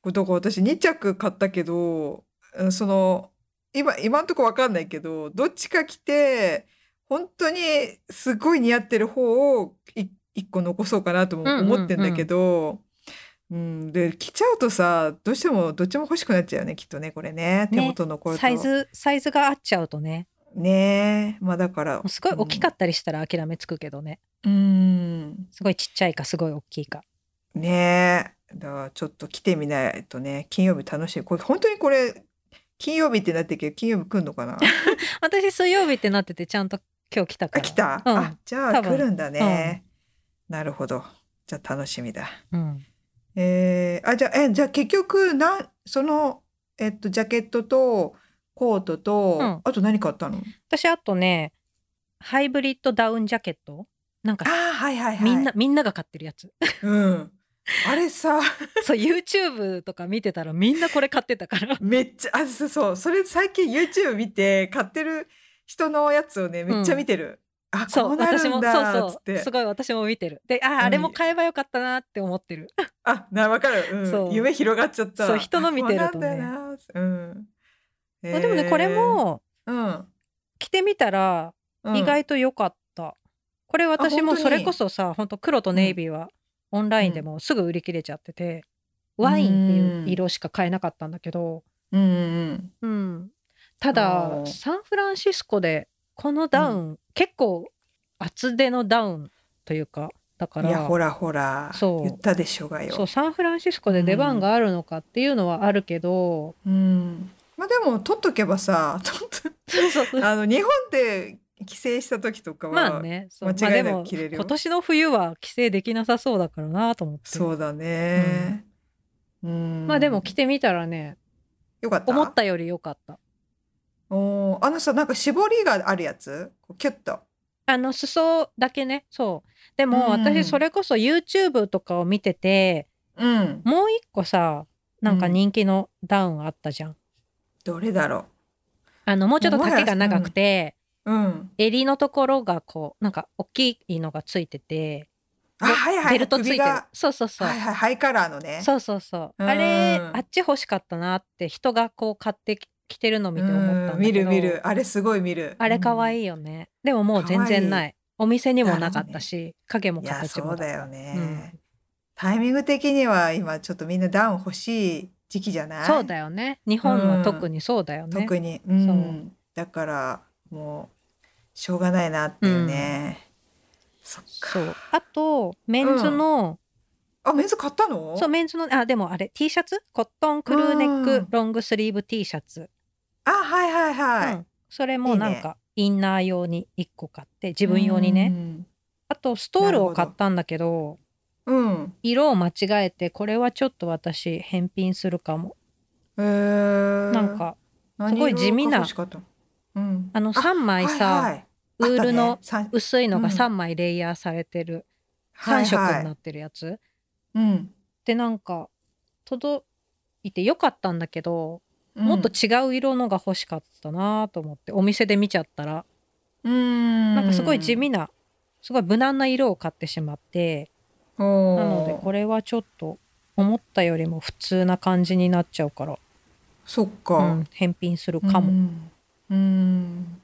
S1: これだから私2着買ったけどうんその今今んとこわかんないけどどっちか着て本当にすごい似合ってる方をい一個残そうかなとも思ってんだけど、うんで着ちゃうとさどうしてもどっちも欲しくなっちゃうよねきっとねこれね手
S2: ね
S1: 元残ると。
S2: サイズサイズが合っちゃうとね
S1: ねえまあだから
S2: もうすごい大きか
S1: っ
S2: ったりしたら諦めつくけどね、
S1: たうん
S2: すごいちっちゃいかすごい大きいか
S1: ねえだからちょっと来てみないとね金曜日楽しいこれ本当にこれ金曜日ってなってるけど金曜日来んの
S2: *laughs*
S1: かな
S2: 私水曜日ってなっててちゃんと今日来たか
S1: あ
S2: ら
S1: 来た、
S2: うん
S1: あじゃあ
S2: 多分
S1: 来るんだね、なるほどじゃあ楽しみだ
S2: うん、
S1: えー、あじゃあえじゃあ結局なんそのえっとジャケットとコートと、
S2: うん
S1: あと何買ったの
S2: 私あとねハイブリッドダウンジャケットなん
S1: あ
S2: か
S1: ーはいはいはい
S2: みんな、みんなが買ってるやつ *laughs*
S1: うんあれさ
S2: そう YouTube とか見てたらみんなこれ買ってたから
S1: めっちゃあそうそうそれ最近 YouTube 見て買ってる人のやつをねめっちゃ見てる、あ
S2: そ
S1: こ
S2: う
S1: うな
S2: 私
S1: る
S2: も
S1: ん
S2: そう
S1: だっつっ
S2: そう
S1: て
S2: すごい私も見てるであ
S1: ん
S2: ああれも買えばよかったなって思ってる
S1: あな分かる、うん
S2: そう
S1: 夢広がっちゃった
S2: そう人の見てる
S1: あこ
S2: とね
S1: うなんだよなうん、
S2: まあでもねこれも
S1: えー、
S2: 着てみたら
S1: うん、
S2: 意外と良かった、これ私も
S1: 本当に
S2: それこそさ本当黒とネイビーはオンラインでもすぐ売り切れちゃってて、ワインっていう色しか買えなかったんだけど、
S1: うんうん
S2: うん、た
S1: お
S2: だ
S1: ー
S2: サンフランシスコでこのダウン、結構厚手のダウンというかだか
S1: うんいや
S2: ら
S1: ほらほら
S2: そう
S1: 言ったでしょうがよ
S2: そうサンフランシスコで出番があるのかっていうのはあるけど、
S1: うんまあでも取っとけばさ取
S2: *laughs*
S1: っ
S2: そうそう
S1: とあの日本で帰省した時とかは
S2: まあねそうまあ
S1: 間違
S2: で
S1: いなく
S2: も
S1: 着れるよ
S2: 今年の冬は帰省できなさそうだからなと思って
S1: そうだね、うん
S2: まあでも着てみたらね
S1: よかった
S2: 思ったより良かった
S1: おーあのさなんか絞りがあるやつこうキュッと
S2: あの裾だけねそうでも
S1: うん
S2: 私それこそ YouTube とかを見てて
S1: うん
S2: もう一個さなんか人気のダウンあったじゃん、
S1: どれだろ
S2: あのもうちょっと丈が長くて、
S1: ううん
S2: 襟のところがこうなんか大きいのがついてて
S1: あはいはい
S2: ベルトついて
S1: 首
S2: る
S1: が
S2: そうそうそう、
S1: はいはいハイカラーのね
S2: そうそうそう
S1: うん
S2: あれあっち欲しかったなって人がこう買ってきてるの見て思った
S1: うんん
S2: だけ
S1: 見
S2: ど
S1: る見るあれすごい見る
S2: あれ可
S1: い、
S2: 愛いよね、でももう全然ないお店にもなかったし、影も
S1: いや
S2: 形
S1: そ
S2: も
S1: うだ
S2: な
S1: よ
S2: かった
S1: ね、タイミング的には今ちょっとみんなダウン欲しい時期じゃない
S2: そうだよね日本は特にそうだよね、
S1: 特にう
S2: そ
S1: ん
S2: う
S1: だからもうしょうがないなっていうね、そっか
S2: そうあとメンズの、
S1: あメンズ買ったの
S2: そうメンズのあでもあれ T シャツコットンクルーネック、
S1: うん
S2: ロングスリーブ T シャツ、
S1: あはいはいはい、
S2: うん、それもなんかインナー用に1個買って自分用に
S1: う
S2: ね
S1: ん
S2: あとストールを買ったんだけど
S1: うん
S2: 色を間違えてこれはちょっと私返品するかも、
S1: え
S2: なんか
S1: す
S2: すごい地味な
S1: うん、
S2: あの3枚さ、
S1: はいはい
S2: ウールの
S1: あったね
S2: 薄いのが
S1: うん
S2: 3枚レイヤーされてる、
S1: さん
S2: 3色
S1: はいは
S2: に
S1: い
S2: なってるやつ、
S1: うん
S2: でなんか届いてよかったんだけ
S1: う
S2: ど、
S1: ん
S2: もっと違う色のが欲しかったなと思ってお店で見ちゃったら、
S1: うん
S2: なんかすごい地味なすごい無難な色を買ってしまって
S1: な
S2: なのでこれはちょっと思ったよりも普通な感じになっちゃうから、
S1: そっ
S2: う
S1: か、
S2: ん返品するかも、
S1: うん、うん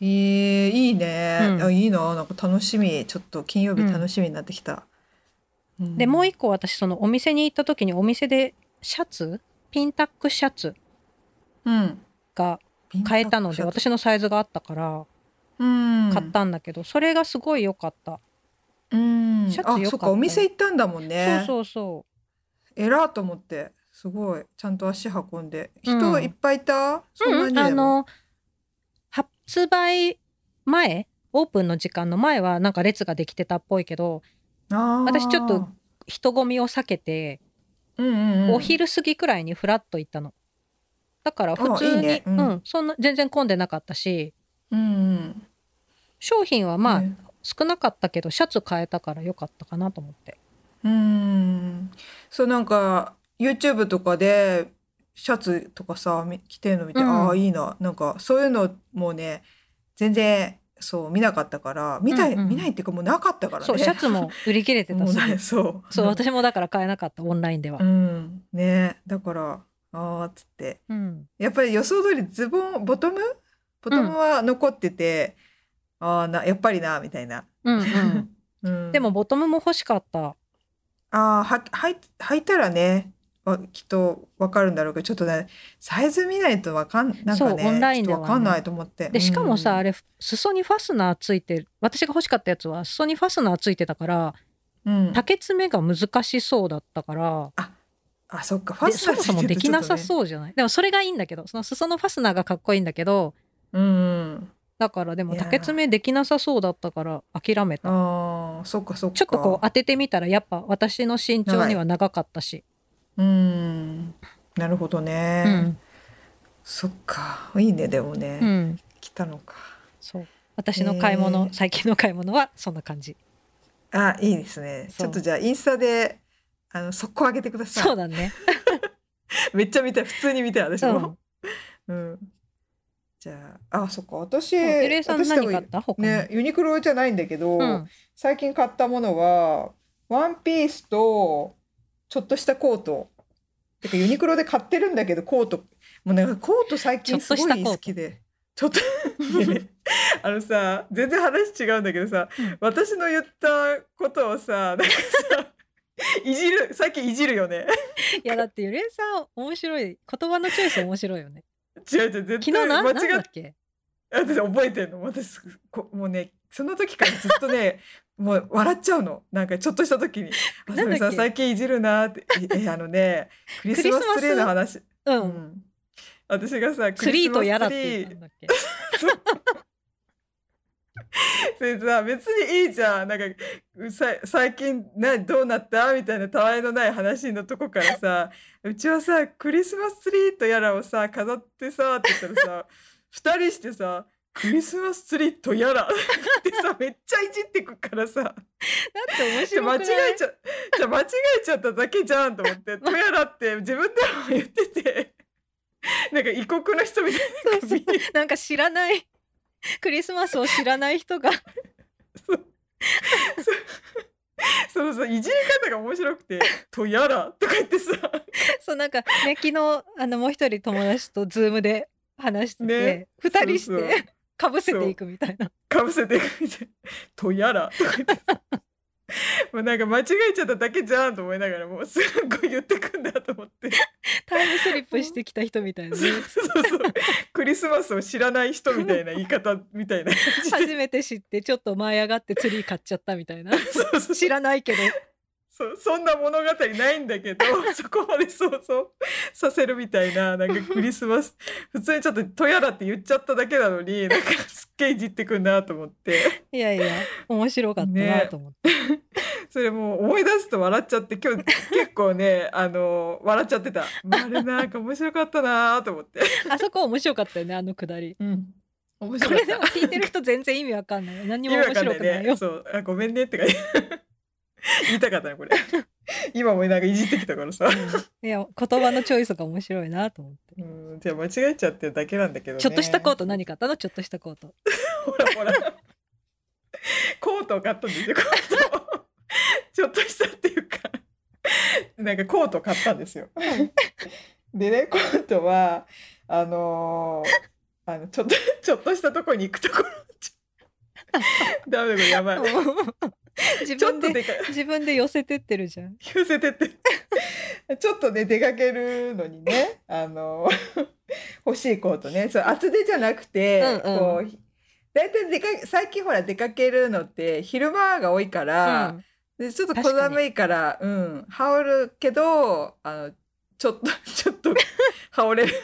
S1: えー、いいね、
S2: うん
S1: あいいななんか楽しみちょっと金曜日
S2: うん
S1: 楽しみになってきた、うん
S2: でもう一個私そのお店に行った時にお店でシャツピンタックシャツ
S1: うん
S2: が買えたので私のサイズがあったから
S1: うん
S2: 買ったんだけど、それがすごい良かった、
S1: うん
S2: シャツよかった
S1: あそっかお店行ったんだもんね
S2: そうそうそ
S1: えらーと思ってすごいちゃんと足運んで
S2: うん
S1: 人いっぱいいた、そ
S2: うん
S1: なに
S2: うん、
S1: でも
S2: あの発売前オープンの時間の前はなんか列ができてたっぽいけど
S1: あー
S2: 私ちょっと、人混みを避けて、
S1: うんうんうん、
S2: お昼過ぎくらいにフラッと行ったのだから普通に
S1: あいいねう
S2: うんんそんな全然混んでなかったし
S1: うんうん
S2: 商品はまあ
S1: ね
S2: 少なかったけどシャツ買えたから良かったかなと思って
S1: うんそうなんか YouTube とかでシャツとかさみ着てるの見て、
S2: うん
S1: ああいいななんかそういうのもね全然そう見なかったから見たい、
S2: うんうん
S1: 見ないっていうかもうなかったからね
S2: そうシャツも売り切れてた
S1: もう
S2: し
S1: ない *laughs* そう
S2: そう私もだから買えなかったオンラインでは
S1: う、んねだからああっつって
S2: うん、
S1: やっぱり予想通りズボンボトムボトムは残ってて、ああなやっぱりなみたいな、
S2: うん
S1: *laughs* う
S2: うん、
S1: ん
S2: でもボトムも欲しかった
S1: ああははい履いたらねわきっとわかるんだろうけどちょっとねサイズ見ないとわかんなんかね
S2: そうオンライン
S1: ち
S2: で
S1: ょっ
S2: は
S1: と
S2: ね
S1: わかんないと思って
S2: でしかもさ、あ
S1: れ、
S2: れ裾にファスナーついてる私が欲しかったやつは裾にファスナーついてたから
S1: うん、
S2: 竹詰めが難しそうだったから
S1: あそっかファ
S2: で
S1: ス
S2: そ
S1: ナー
S2: もそもできなさ
S1: う、
S2: そうじゃない、でもそれがいいんだけどその裾のファスナーがかっこいいんだけど
S1: うん
S2: だからでも
S1: いやー
S2: 竹詰めできなさそうだったから諦めた
S1: ああそっかそっか
S2: ちょっとこう当ててみたらやっぱ私の身長には長かったし、
S1: ううんなるほどね、
S2: うん
S1: そっかいいねでもね、
S2: うん、
S1: 来たのか
S2: そう私の買い物、
S1: へー
S2: 最近の買い物はそんな感じ
S1: あ、いいですね。ち
S2: そう
S1: ょっとじゃあインスタで、あの、速攻上げてください。
S2: そうだね、
S1: めっちゃ見たい。普通に見たい、私
S2: うん
S1: も。うん。じゃあ、あ、そっか。私、
S2: そうゆりえさん
S1: 私多分
S2: 何買った他に、
S1: ね、ユニクロじゃないんだけど、
S2: うん、
S1: 最近買ったものは、ワンピースと、ちょっとしたコート。てか、ユニクロで買ってるんだけど、コート。もうなんかコート最近すご
S2: ちょっとした
S1: い
S2: コー
S1: 好
S2: ト
S1: きで。ちょっと、 *laughs* いやねあのさ、全然話違うんだけどさ、
S2: うん
S1: 私の言ったことをさ、なんかさ、いじる、最近いじるよね。
S2: いやだってゆりえさん面白い言葉のチョイス面白い
S1: *laughs*
S2: よね
S1: 違う違う、絶
S2: 昨日
S1: 対
S2: な
S1: 間
S2: な
S1: 違
S2: んだっ
S1: っ
S2: け
S1: *laughs* 私覚えてんの。私、こもうね、その時からずっとね、 *laughs* もう笑っちゃうの。なんかちょっとした時
S2: *laughs*
S1: に、あ
S2: なんだっけ
S1: さん最近いじるなーって、ええあのね、クリスマスツリーの話。
S2: う、
S1: うんん。私がさ、
S2: ツリーとやらっ
S1: ク
S2: て
S1: リ
S2: 言
S1: ス
S2: っ
S1: マスツリ
S2: た
S1: ー
S2: んだっけ
S1: それさ別にいいじゃんなんかうさ最近などうなったみたいなたわいのない話のとこからさ *laughs* うちはさクリスマスツリーとやらをさ飾ってさって言ったらさ *laughs* 二人してさクリスマスツリーとやら *laughs* ってさめっちゃいじってくからさ
S2: だって面
S1: ちょ
S2: 白く
S1: 間
S2: な
S1: 違
S2: い
S1: えちゃじゃ間違えちゃっただけじゃんと思
S2: *laughs*
S1: って「とやら」って自分でも言っててなんか異国の人みたい
S2: そうそうなんか知らないクリスマスを知らない人が *laughs*
S1: そのさいじり方が面白くて「とやら」とか言ってさ
S2: そうなんかね昨日あのもう一人友達とズームで話して
S1: ね
S2: て二、人し
S1: そうそう
S2: てかぶせていくみたいな
S1: かぶせてくれて「とやら」とか言ってさ
S2: *laughs*
S1: もうなんか間違えちゃっただけじゃんと思いながらもうすっごい言ってくんだと思って
S2: タイムスリップしてきた人みたいな、
S1: そう
S2: ね、
S1: そうそうクリスマスを知らない人みたいな言い方みたい
S2: *laughs*
S1: な感
S2: 初
S1: じで
S2: めて知ってちょっと舞い上がってツリー買っちゃったみたいな
S1: そうそう
S2: 知らないけど
S1: そうそんな物語ないんだ *laughs* けどそこまで想像させるみたいななんかクリス *laughs* マス普通にちょっと「とやら」って言っちゃっただけなのになんかすっげえいじってくんなと思って。
S2: いやいや面白かったなと思って、
S1: それもう思い出すと笑っちゃって今日結構ねあの笑っちゃってた、まあ、あれなんか面白かったなと思って、
S2: あそこ面白かったよねあのくだ
S1: *laughs*
S2: り
S1: うん、面
S2: こ
S1: 白か
S2: れ
S1: っ
S2: でも
S1: た
S2: 聞いてる人全然意味わかんない何
S1: 意
S2: も
S1: 味わ
S2: 面
S1: かん
S2: 白
S1: な
S2: く
S1: い
S2: ない
S1: ね
S2: よ
S1: そうあごめんねってか言いたかったね *laughs* これ今もなんかいじってきたからさ、
S2: いや言葉のチョイスが面白いなと思っ
S1: う
S2: て、
S1: ん、じゃあ間違えちゃってるだけなんだけど、ね、
S2: ちょっとしたコート何買ったのちょっとしたコート
S1: ほらほらコートを買ったんですよコートをちょっとしたっていうかなんかコートを買ったんですよでねコートはあのーあのちょっとちょっとしたとこに行くところダメだこれやばい
S2: 自
S1: ちょっ
S2: 分
S1: と
S2: で
S1: でか
S2: 自分で寄せてってるじゃん。
S1: 寄せてって *laughs* ちょっとね出かけるのに
S2: *laughs*
S1: ねあの欲しいコートねそう厚手じゃなくて、
S2: うんうん
S1: こうひ大体出かけ最近ほら出かけるのって昼間が多いから、
S2: うん
S1: でちょっと小
S2: 確かに
S1: 寒いからうん羽織るけどあのちょっとちょっと羽織れる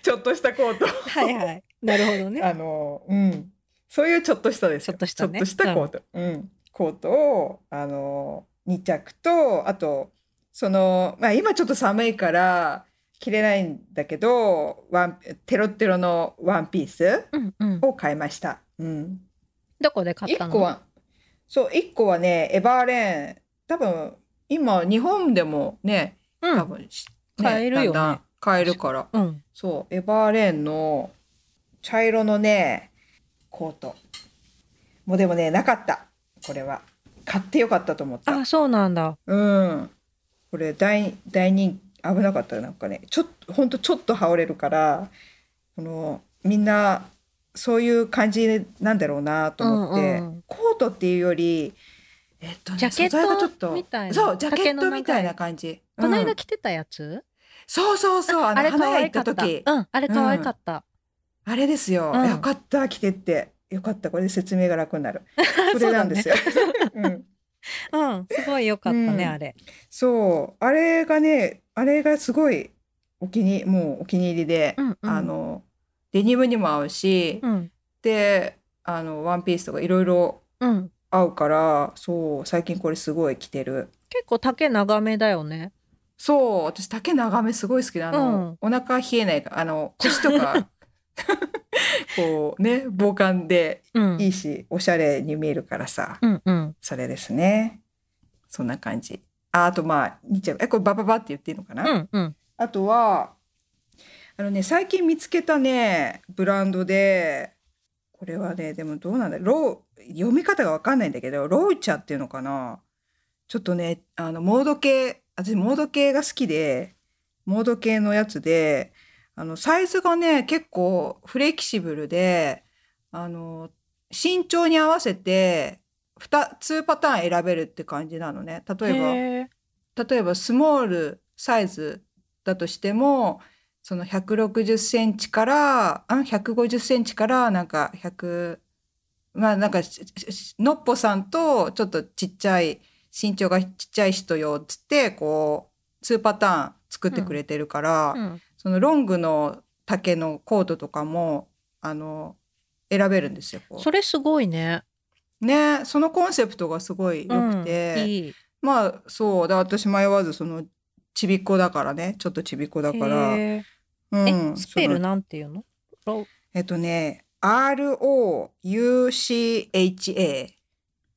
S1: ちょっとしたコート
S2: はいはい。なるほどね。
S1: あのうんそういうちょっとしたですよ
S2: ちょっとしたね
S1: ちょっとしたコート、うんコートをあの2着とあとその、まあ、今ちょっと寒いから着れないんだけどワンテロッテロのワンピース
S2: うんうん。
S1: を買いました。うん、
S2: どこで買った
S1: 1
S2: の？
S1: 個はそう1個はねエバーレーン多分今日本でもね
S2: う
S1: 多
S2: ん。
S1: 分し、
S2: 買えるよね
S1: だんだん買えるから
S2: うん。
S1: そう、エバーレーンの茶色のね、コート。もうでもね、なかった。これは。買ってよかったと思った
S2: あ、。そうなんだ。
S1: うん。これ大、大人気、危なかった。なんかね、ちょっと、ほんとちょっと羽織れるから、この、みんな、そういう感じなんだろうなと思って、
S2: うんうん
S1: コートっていうより、えっとね、
S2: ジャケット
S1: 素材がちょっと
S2: みたいな
S1: そう、ジャケ
S2: 丈
S1: ッ
S2: の長
S1: ト
S2: い
S1: みたいな感じ。
S2: この
S1: う
S2: 間
S1: ん
S2: 着てたやつ？
S1: そうそうそう、あ
S2: あれ
S1: の、
S2: 可
S1: 花屋行
S2: 愛
S1: っ
S2: か
S1: た
S2: った。
S1: 時。
S2: うん。あれ可愛かった。
S1: あれですよ、
S2: うん
S1: よかった着てってよかったこれで説明が楽に
S2: *laughs*
S1: なるそ
S2: そ
S1: れ
S2: う
S1: な
S2: だ
S1: んで
S2: ね
S1: す。よ。 *laughs* うん、
S2: うん。すごい良かったね
S1: うん
S2: あれ。
S1: そうあれがねあれがすごいお気にもうお気に入りで、
S2: うんうん
S1: あのデニムにも合うし、
S2: うん
S1: であのワンピースとかいろいろ
S2: うん。
S1: 合うからそう最近これすごい着てる。
S2: 結構丈長めだよね。
S1: そう私丈長めすごい好きなの、お腹冷えないからあの腰と
S2: *laughs*
S1: かこうね防寒で
S2: うん。
S1: いいしおしゃれに見えるからさ。
S2: うんうん。
S1: それですね。そんな感じ。ああとまあ、にちゃんえ、これバババって言っていいのかな、
S2: うんうん。
S1: あとは、あのね、最近見つけたね、ブランドで、これはね、でもどうなんだロー、読み方がわかんないんだけど、ローチャっていうのかなちょっとね、あの、モード系、私モード系が好きで、モード系のやつで、あの、サイズがね、結構フレキシブルで、あの、身長に合わせて、2、2パターン選べるって感じなのね。例えば、
S2: へ
S1: 例えばスモールサイズだとしてもその160センチからあ150センチからなんか100まあなんかししのっぽさんとちょっとちっちゃい身長がちっちゃい人よっつってこう2パターン作ってくれてるから、
S2: ーうん。
S1: そのロングの丈のコートとかもあの選べるんですよ。こう
S2: それすごいね。
S1: ねそのコンセプトがすごい良くて。
S2: うんいい。
S1: まあそうだ私迷わずそのちびっこだからねちょっとちびっこだから、
S2: へ
S1: う
S2: ー
S1: ん、
S2: え、スペ
S1: そ
S2: ル
S1: の
S2: なんていうの？ロ
S1: えっとね ROUCHA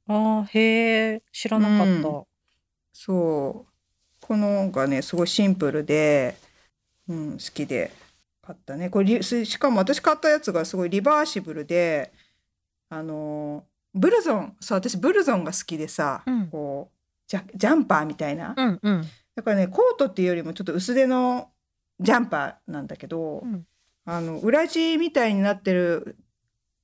S2: ああ、へえ、知らなかった。
S1: うんそうこのがねすごいシンプルで、うん、好きで買ったねこれリしかも私買ったやつがすごいリバーシブルであのブルゾンそう私ブルゾンが好きでさ、
S2: うん
S1: こうジャジャンパーみたいな、
S2: うんうん。
S1: だからねコートっていうよりもちょっと薄手のジャンパーなんだけど、
S2: うん
S1: あの裏地みたいになってる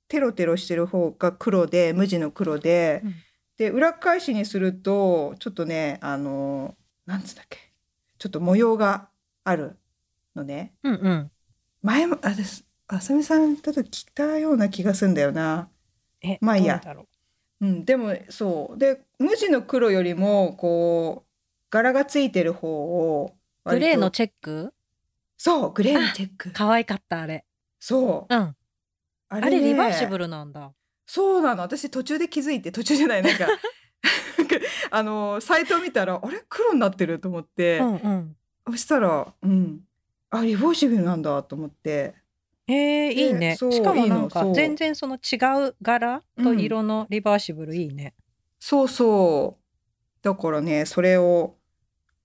S1: テロテロしてる方が黒で無地の黒で、
S2: うん
S1: で裏返しにするとちょっとねあのなんつうんだっけちょっと模様があるのね
S2: うんうん。
S1: 前もあですあさみさんだと着たような気がするんだよな。
S2: え、
S1: まあいいや
S2: どうだろう
S1: うん、でもそうで無地の黒よりもこう柄がついてる方を
S2: グ
S1: 割と
S2: レーのチェック
S1: そう、グレーのチェック。
S2: 可愛かったあれ。
S1: そう。
S2: うん。あ
S1: あ
S2: れ,、リバーシブルなんだ。
S1: そうなの。私途中で気づいて、途中じゃない、
S2: *laughs*
S1: なんか、なんかあの、サイト見たら、あれ黒になってると思って、
S2: うんうん。
S1: そしたら、うん。あ、リバーシブルなんだと思って。
S2: へえ、いいね。
S1: そう
S2: しかもなん
S1: いい
S2: か
S1: のそう
S2: 全然その違う柄と色のリバーシブルいいね。
S1: そうそう。だからね、それを、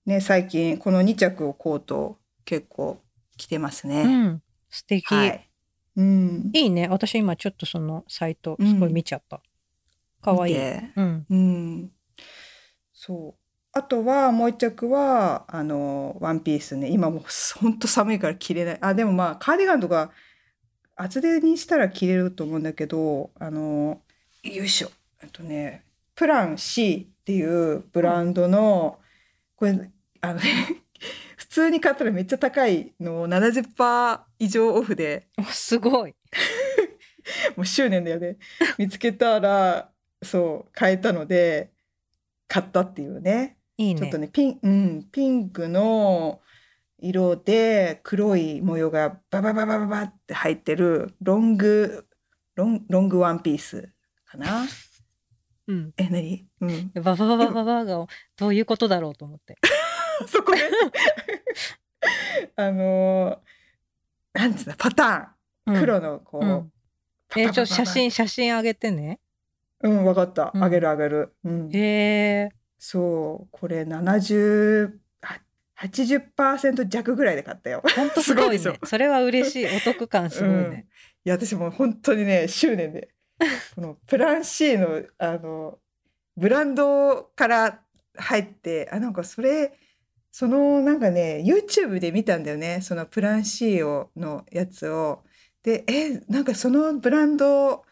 S1: ね、最近、この2着をコート、結構着てます
S2: う
S1: ね。
S2: ん。素敵、。
S1: はいい。うん。
S2: いね。私今ちょっとそのサイトすごい見ちゃった。可愛
S1: 見
S2: いい。
S1: て
S2: うん。
S1: うん、そうあとはもう一着はあのワンピースね今もうほんと寒いから着れないあでもまあカーディガンとか厚手にしたら着れると思うんだけどあのよいしょあとねプラン C っていうブランドの、これあのね *laughs* 普通に買ったらめっちゃ高いのを70%以上オフで
S2: おすごい。
S1: もう執念だよね見つけたらそう買えたので買ったっていうね
S2: いいね。
S1: ちょっとねピン、うん、ピンクの色で黒い模様がババババババって入ってるロングロンロングワンピースかな
S2: うん。
S1: え何うん *laughs*
S2: ババババババがどういうことだろうと思って。
S1: そ
S2: *laughs*
S1: こねあのーなんつうのパタ
S2: う
S1: ーン
S2: ん
S1: 黒のこう、
S2: うん
S1: パ
S2: え
S1: パパ
S2: ー、ちょ
S1: パ
S2: っと写真写真あげてね。
S1: うんわかった、
S2: うん
S1: あげるあげるうん
S2: へえ
S1: そうこれ70あ80%弱ぐらいで買ったよ
S2: ー、本当
S1: す
S2: す
S1: ご
S2: ご
S1: いで
S2: い
S1: しょ
S2: ね。それは嬉しい。お得感すごいね。
S1: いや私もう本当にね執念
S2: *laughs*
S1: でこのプラン C のあのブランドから入ってあなんかそれそのなんかね YouTube で見たんだよねそのプラン C をのやつをでえなんかそのブランド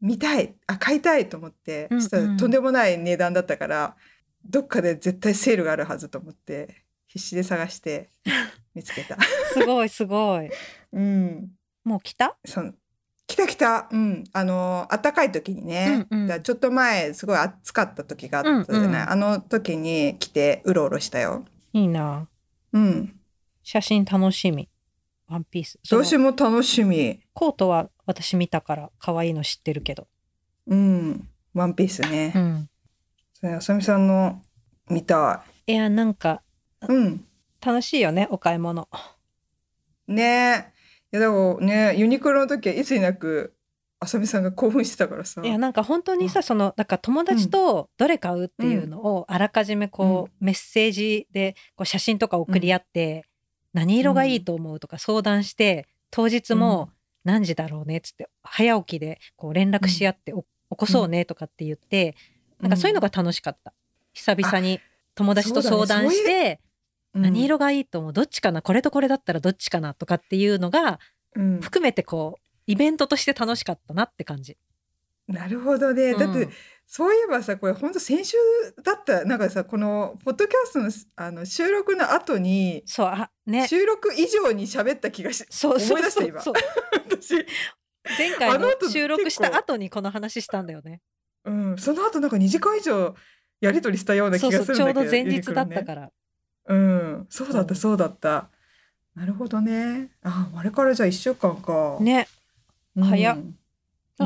S1: 見たいあ買いたいと思って
S2: うんうん
S1: そしたらとんでもない値段だったからどっかで絶対セールがあるはずと思って必死で探して見つけ
S2: *laughs*
S1: た。
S2: すごいすごい。
S1: うん
S2: もう来た？
S1: その来た来た、うん、あの暖かい時にね、
S2: うんうん
S1: だからちょっと前すごい暑かった時があったじゃない、
S2: うんうん
S1: あの時に来てうろうろしたよ、
S2: いいな。
S1: うん、
S2: 写真楽しみ。ワンピース。その
S1: 私も楽しみ、
S2: コートは私見たから可愛いの知ってるけど。
S1: うん、ワンピースね、
S2: ん。
S1: それあさみさんの見た
S2: いやなんか
S1: い、うん、
S2: 楽しいよねお買い物。
S1: ねえいやだからねユニクロの時はいつになくあさみさんが興奮してたからさ
S2: いやなんか本当にさそのだから友達とどれ買うっていうのをあらかじめこう、メッセージでこう写真とか送り合って、何色がいいと思うとか相談して当日も何時だろうねっつって早起きでこう連絡し合って、お起こそうねとかって言って、なんかそういうのが楽しかった久々に友達と
S1: そう
S2: 相
S1: だねそ
S2: 談
S1: ういう
S2: して、
S1: うん
S2: 何色がいいと思うどっちかなこれとこれだったらどっちかなとかっていうのが
S1: うん
S2: 含めてこうイベントとして楽しかったなって感じ。
S1: なるほどねだって、
S2: うん
S1: そういえばさこれ本当先週だったなんかさこのポッドキャストのあの収録の後に
S2: そうあね
S1: 収録以上に喋った気がし
S2: そうそ
S1: 思
S2: う
S1: い出した
S2: そう
S1: 今
S2: そう
S1: 私、
S2: 前回
S1: あの
S2: の
S1: 後
S2: 収録した
S1: 結構
S2: 後にこの話したんだよね。
S1: うん、その後なんか2時間以上やり取りしたような気
S2: そう
S1: が
S2: そ
S1: す
S2: う
S1: るん
S2: ち
S1: だ
S2: ょ
S1: け
S2: う
S1: ど
S2: ど前日だっ
S1: ユニク
S2: た
S1: ロね
S2: から。
S1: うんそうだった
S2: うん
S1: そうだった、なるほどねああれからじゃあ1週間か、
S2: ね。
S1: うん
S2: 早っ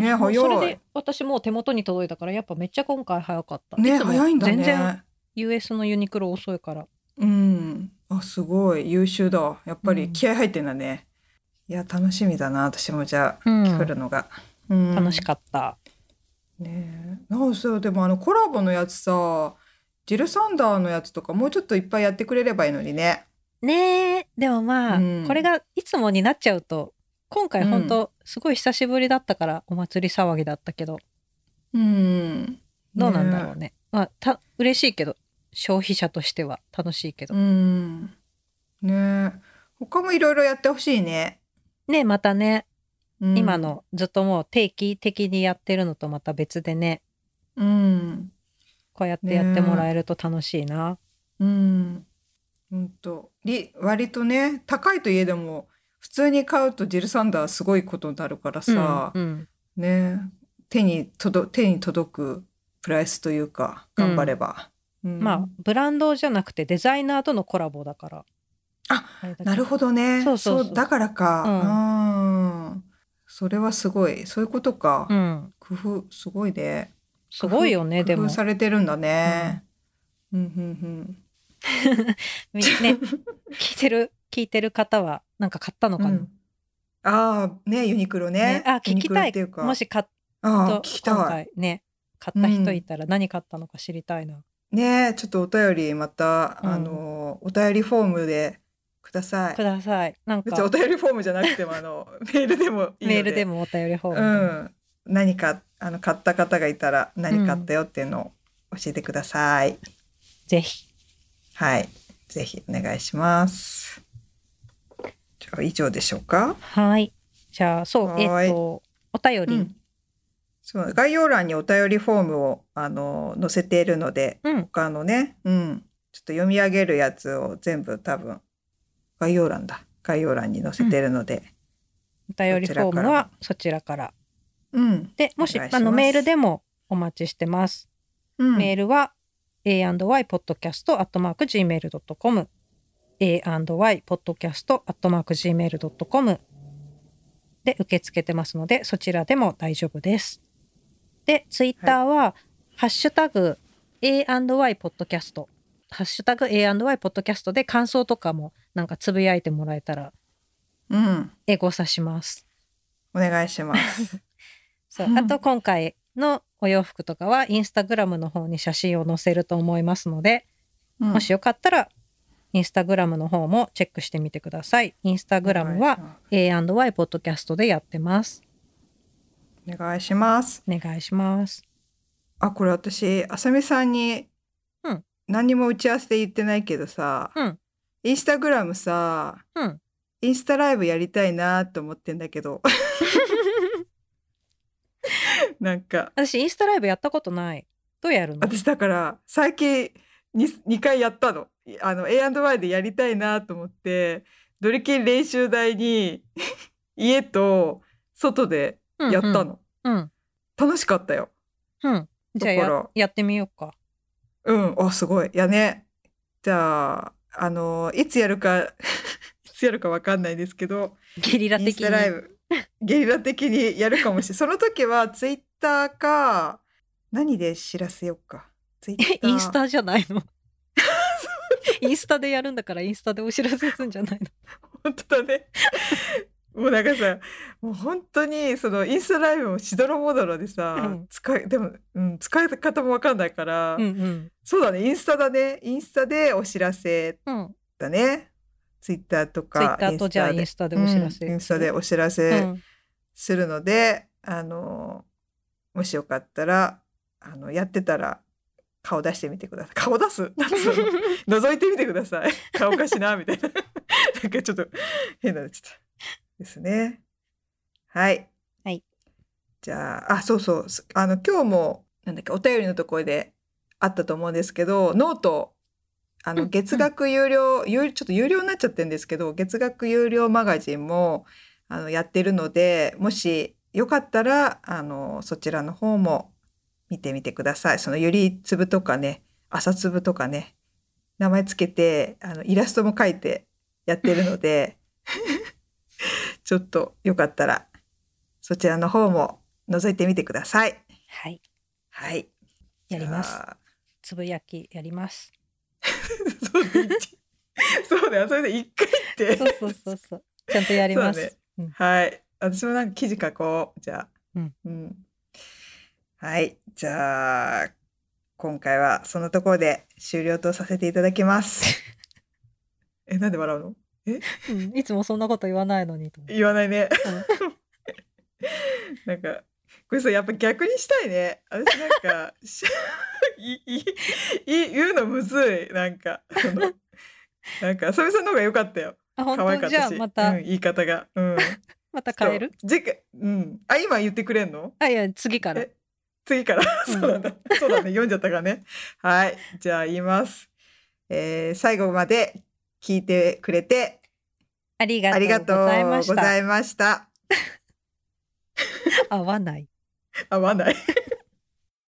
S1: ね
S2: あもうそれ
S1: 早い
S2: で私もう手元に届いたからやっぱめっちゃ今回早かった。
S1: ね
S2: つも
S1: 早いんだね
S2: 全然 US のユニクロ遅いから。
S1: うん。あ、すごい優秀だ。やっぱ
S2: う
S1: り
S2: ん
S1: 気合入ってんだね。いや、楽しみだな。私もじゃあ、
S2: うん
S1: 来るのが。うん
S2: 楽しかった。
S1: ねえ。なんかそう、でもあのコラボのやつさ、ジルサンダーのやつとかもうちょっといっぱいやってくれればいいのにね。
S2: ねえでもまあ、
S1: うん
S2: これがいつもになっちゃうと今回本当すごい久しぶりだったからお祭り騒ぎだったけど
S1: うん。
S2: どうなんだろう
S1: ね
S2: ね。まあた嬉しいけど消費者としては楽しいけど。
S1: え。うん。ねえ。他もいろいろやってほしいね。
S2: ねえまたね
S1: うん
S2: 今。のずっともう定期的にやってるのとまた別でね
S1: うん。
S2: こうやって
S1: ね
S2: やってもらえると楽しいな、
S1: うん。ほんと。り、割とね、高いといえども、普通に買うとジルサンダーすごいことになるからさ
S2: う、んうん
S1: ね、手に届、手に届くプライスというか、
S2: うん
S1: 頑張れば。うん
S2: まあブランドじゃなくてデザイナーとのコラボだから
S1: あ
S2: れだけど
S1: なるほどね。
S2: そうそうそう
S1: だからか。うん。それはすごい。そういうことか。
S2: うん
S1: 工夫、すごいね。
S2: すごいよね
S1: 工夫
S2: でも
S1: 工夫されてるんだね。うん、うん、
S2: みね聞いてる聞いてる方はなんか買ったの
S1: う
S2: かな、
S1: ん。ああ、ね、ユニクロね
S2: ね。あ
S1: ユ
S2: 聞
S1: ニ
S2: き
S1: クロ
S2: た
S1: っ
S2: い
S1: ていうか。
S2: もし買っ
S1: ああ、
S2: た
S1: 聞き
S2: 今
S1: たい。
S2: 回ね買った人いたら何買ったのか知りたいな、
S1: ねえ、ちょっとお便りまた、
S2: うん
S1: あの、お便りフォームでください
S2: く。ださいなん
S1: 別にお
S2: か
S1: 便りフォームじゃなくても、あ
S2: *laughs*
S1: の、メールでもいいので。
S2: メールでもお便りフォ
S1: う
S2: ームでも
S1: ん。何か、あの、買った方がいたら、何買ったよっていうのを教えてください。
S2: ぜひ
S1: はい。ぜひお願いします。じゃあ、以上でしょうか。
S2: はいじゃあそう
S1: はー
S2: え
S1: い
S2: っ、とお便り、
S1: うんそう概要欄にお便りフォームをあの載せているので
S2: うん
S1: 他のね、うん、ちょっと読み上げるやつを全部多分概要欄だ概要欄に載せているので、
S2: お便りフォームはそちらから
S1: うん
S2: でもし
S1: お願いし
S2: あ
S1: ます
S2: のメールでもお待ちしてます、
S1: うん
S2: メールは a&ypodcast.gmail.com a&ypodcast.gmail.com で受け付けてますのでそちらでも大丈夫ですでツイッターは、ハッシュタグ A&Y ポッドキャストハッシュタグ A&Y ポッドキャストで感想とかもなんかつぶやいてもらえたら
S1: うん、
S2: エゴさします
S1: お願いし
S2: *laughs*
S1: ます。
S2: そう
S1: うん
S2: あと今回のお洋服とかはインスタグラムの方に写真を載せると思いますので、
S1: うん
S2: もしよかったらインスタグラムの方もチェックしてみてくださいインスタグラムは A&Y ポッドキャストでやってます
S1: お願いします。
S2: お願いします
S1: あこれ私あさみさんに
S2: うん
S1: 何にも打ち合わせで言ってないけどさ、
S2: うん
S1: インスタグラムさ
S2: うん
S1: インスタライブやりたいなと思ってんだけ
S2: *laughs*
S1: どなんか
S2: 私インスタライブやったことないどうやるの
S1: 私だから最近 2, 2回やったのあの A&Y でやりたいなと思ってドリキン練習台に家と外でやったの、
S2: うんうん、
S1: 楽しかったよ
S2: うんうんじゃあ
S1: だから
S2: ややってみようか
S1: うん、あ、すごい。いやね。じゃあ、あの、いつやるか、 *laughs* いつやるかわかんないですけど、
S2: ゲリラ
S1: イン
S2: 的
S1: ス
S2: に
S1: タライ
S2: *laughs*
S1: ブ、ゲリラ的にやるかもしれない。その時は、ツイッターか、何で知らせようか。ツイッター。
S2: インスタじゃないの *laughs* インスタでやるんだからインスタでお知らせするんじゃないの
S1: 本当だね。もうなんかさ、もう本当にそのインスタライブもしどろもどろでさ、
S2: うん
S1: 使い、でも、うん、使い方もわかんないから、
S2: うん
S1: そうだね、インスタだね。インスタでお知らせ
S2: うんうん
S1: だね。ツイッターと
S2: ツイ
S1: か
S2: ッターとじゃあインスタでお知らせ、
S1: うんインスタでお知ら
S2: う
S1: せ
S2: ん *laughs*
S1: するので、あのもしよかったらあのやってたら顔出してみてください顔出す *laughs* なんつうの覗いてみてください顔おかしいなみたいな *laughs* なんかちょっと変なのちょっとですねはい
S2: はい
S1: じゃああそうそうすあの今日もなんだっけお便りのところであったと思うんですけどノートあ
S2: う
S1: の
S2: ん
S1: 月額有料、有ちょっと有料になっちゃってるんですけど月額有料マガジンもあのやってるのでもしよかったらあのそちらの方も見てみてください。そのゆり粒とかね朝粒とかね名前つけてあのイラストも描いてやってるの
S2: *laughs*
S1: でちょっとよかったらそちらの方も覗いてみてください。
S2: はい
S1: はい。
S2: やります
S1: じゃあ
S2: つぶやきやります
S1: そうね。一そうね。あそれで一回って。
S2: そうそうそうそうちゃんとやります、
S1: そうね
S2: うん
S1: はい。私もなんか記事書こう。じゃあ。
S2: うん。
S1: はい。じゃあ、今回はそのところで終了とさせていただき
S2: *laughs*
S1: ます。え、なんで笑うの
S2: うんいつもそんなこと言わないのにと思って
S1: 言わないね。 *laughs* なんか、これさ、やっぱ逆にしたいね。私なんか、 *laughs* しいいい言うのむずい。なんか、その、なんか、浅見さんの方が良かったよ。
S2: あ
S1: 可愛か
S2: 本当
S1: っ
S2: じゃ
S1: た
S2: あ
S1: し、
S2: また、
S1: うん、言い方が、うん、
S2: また変える
S1: そう次回、うん、あ今言ってくれんの？
S2: あいや次から
S1: え次から、
S2: うん
S1: そうなんだ、そうだね、読んじゃったからね。はい、じゃあ言います。えー、最後まで聞いてくれて
S2: あり
S1: あり
S2: が
S1: が
S2: と
S1: と
S2: う
S1: う
S2: ご
S1: ご
S2: ざいました
S1: ざいました。
S2: 合わない
S1: 合わない。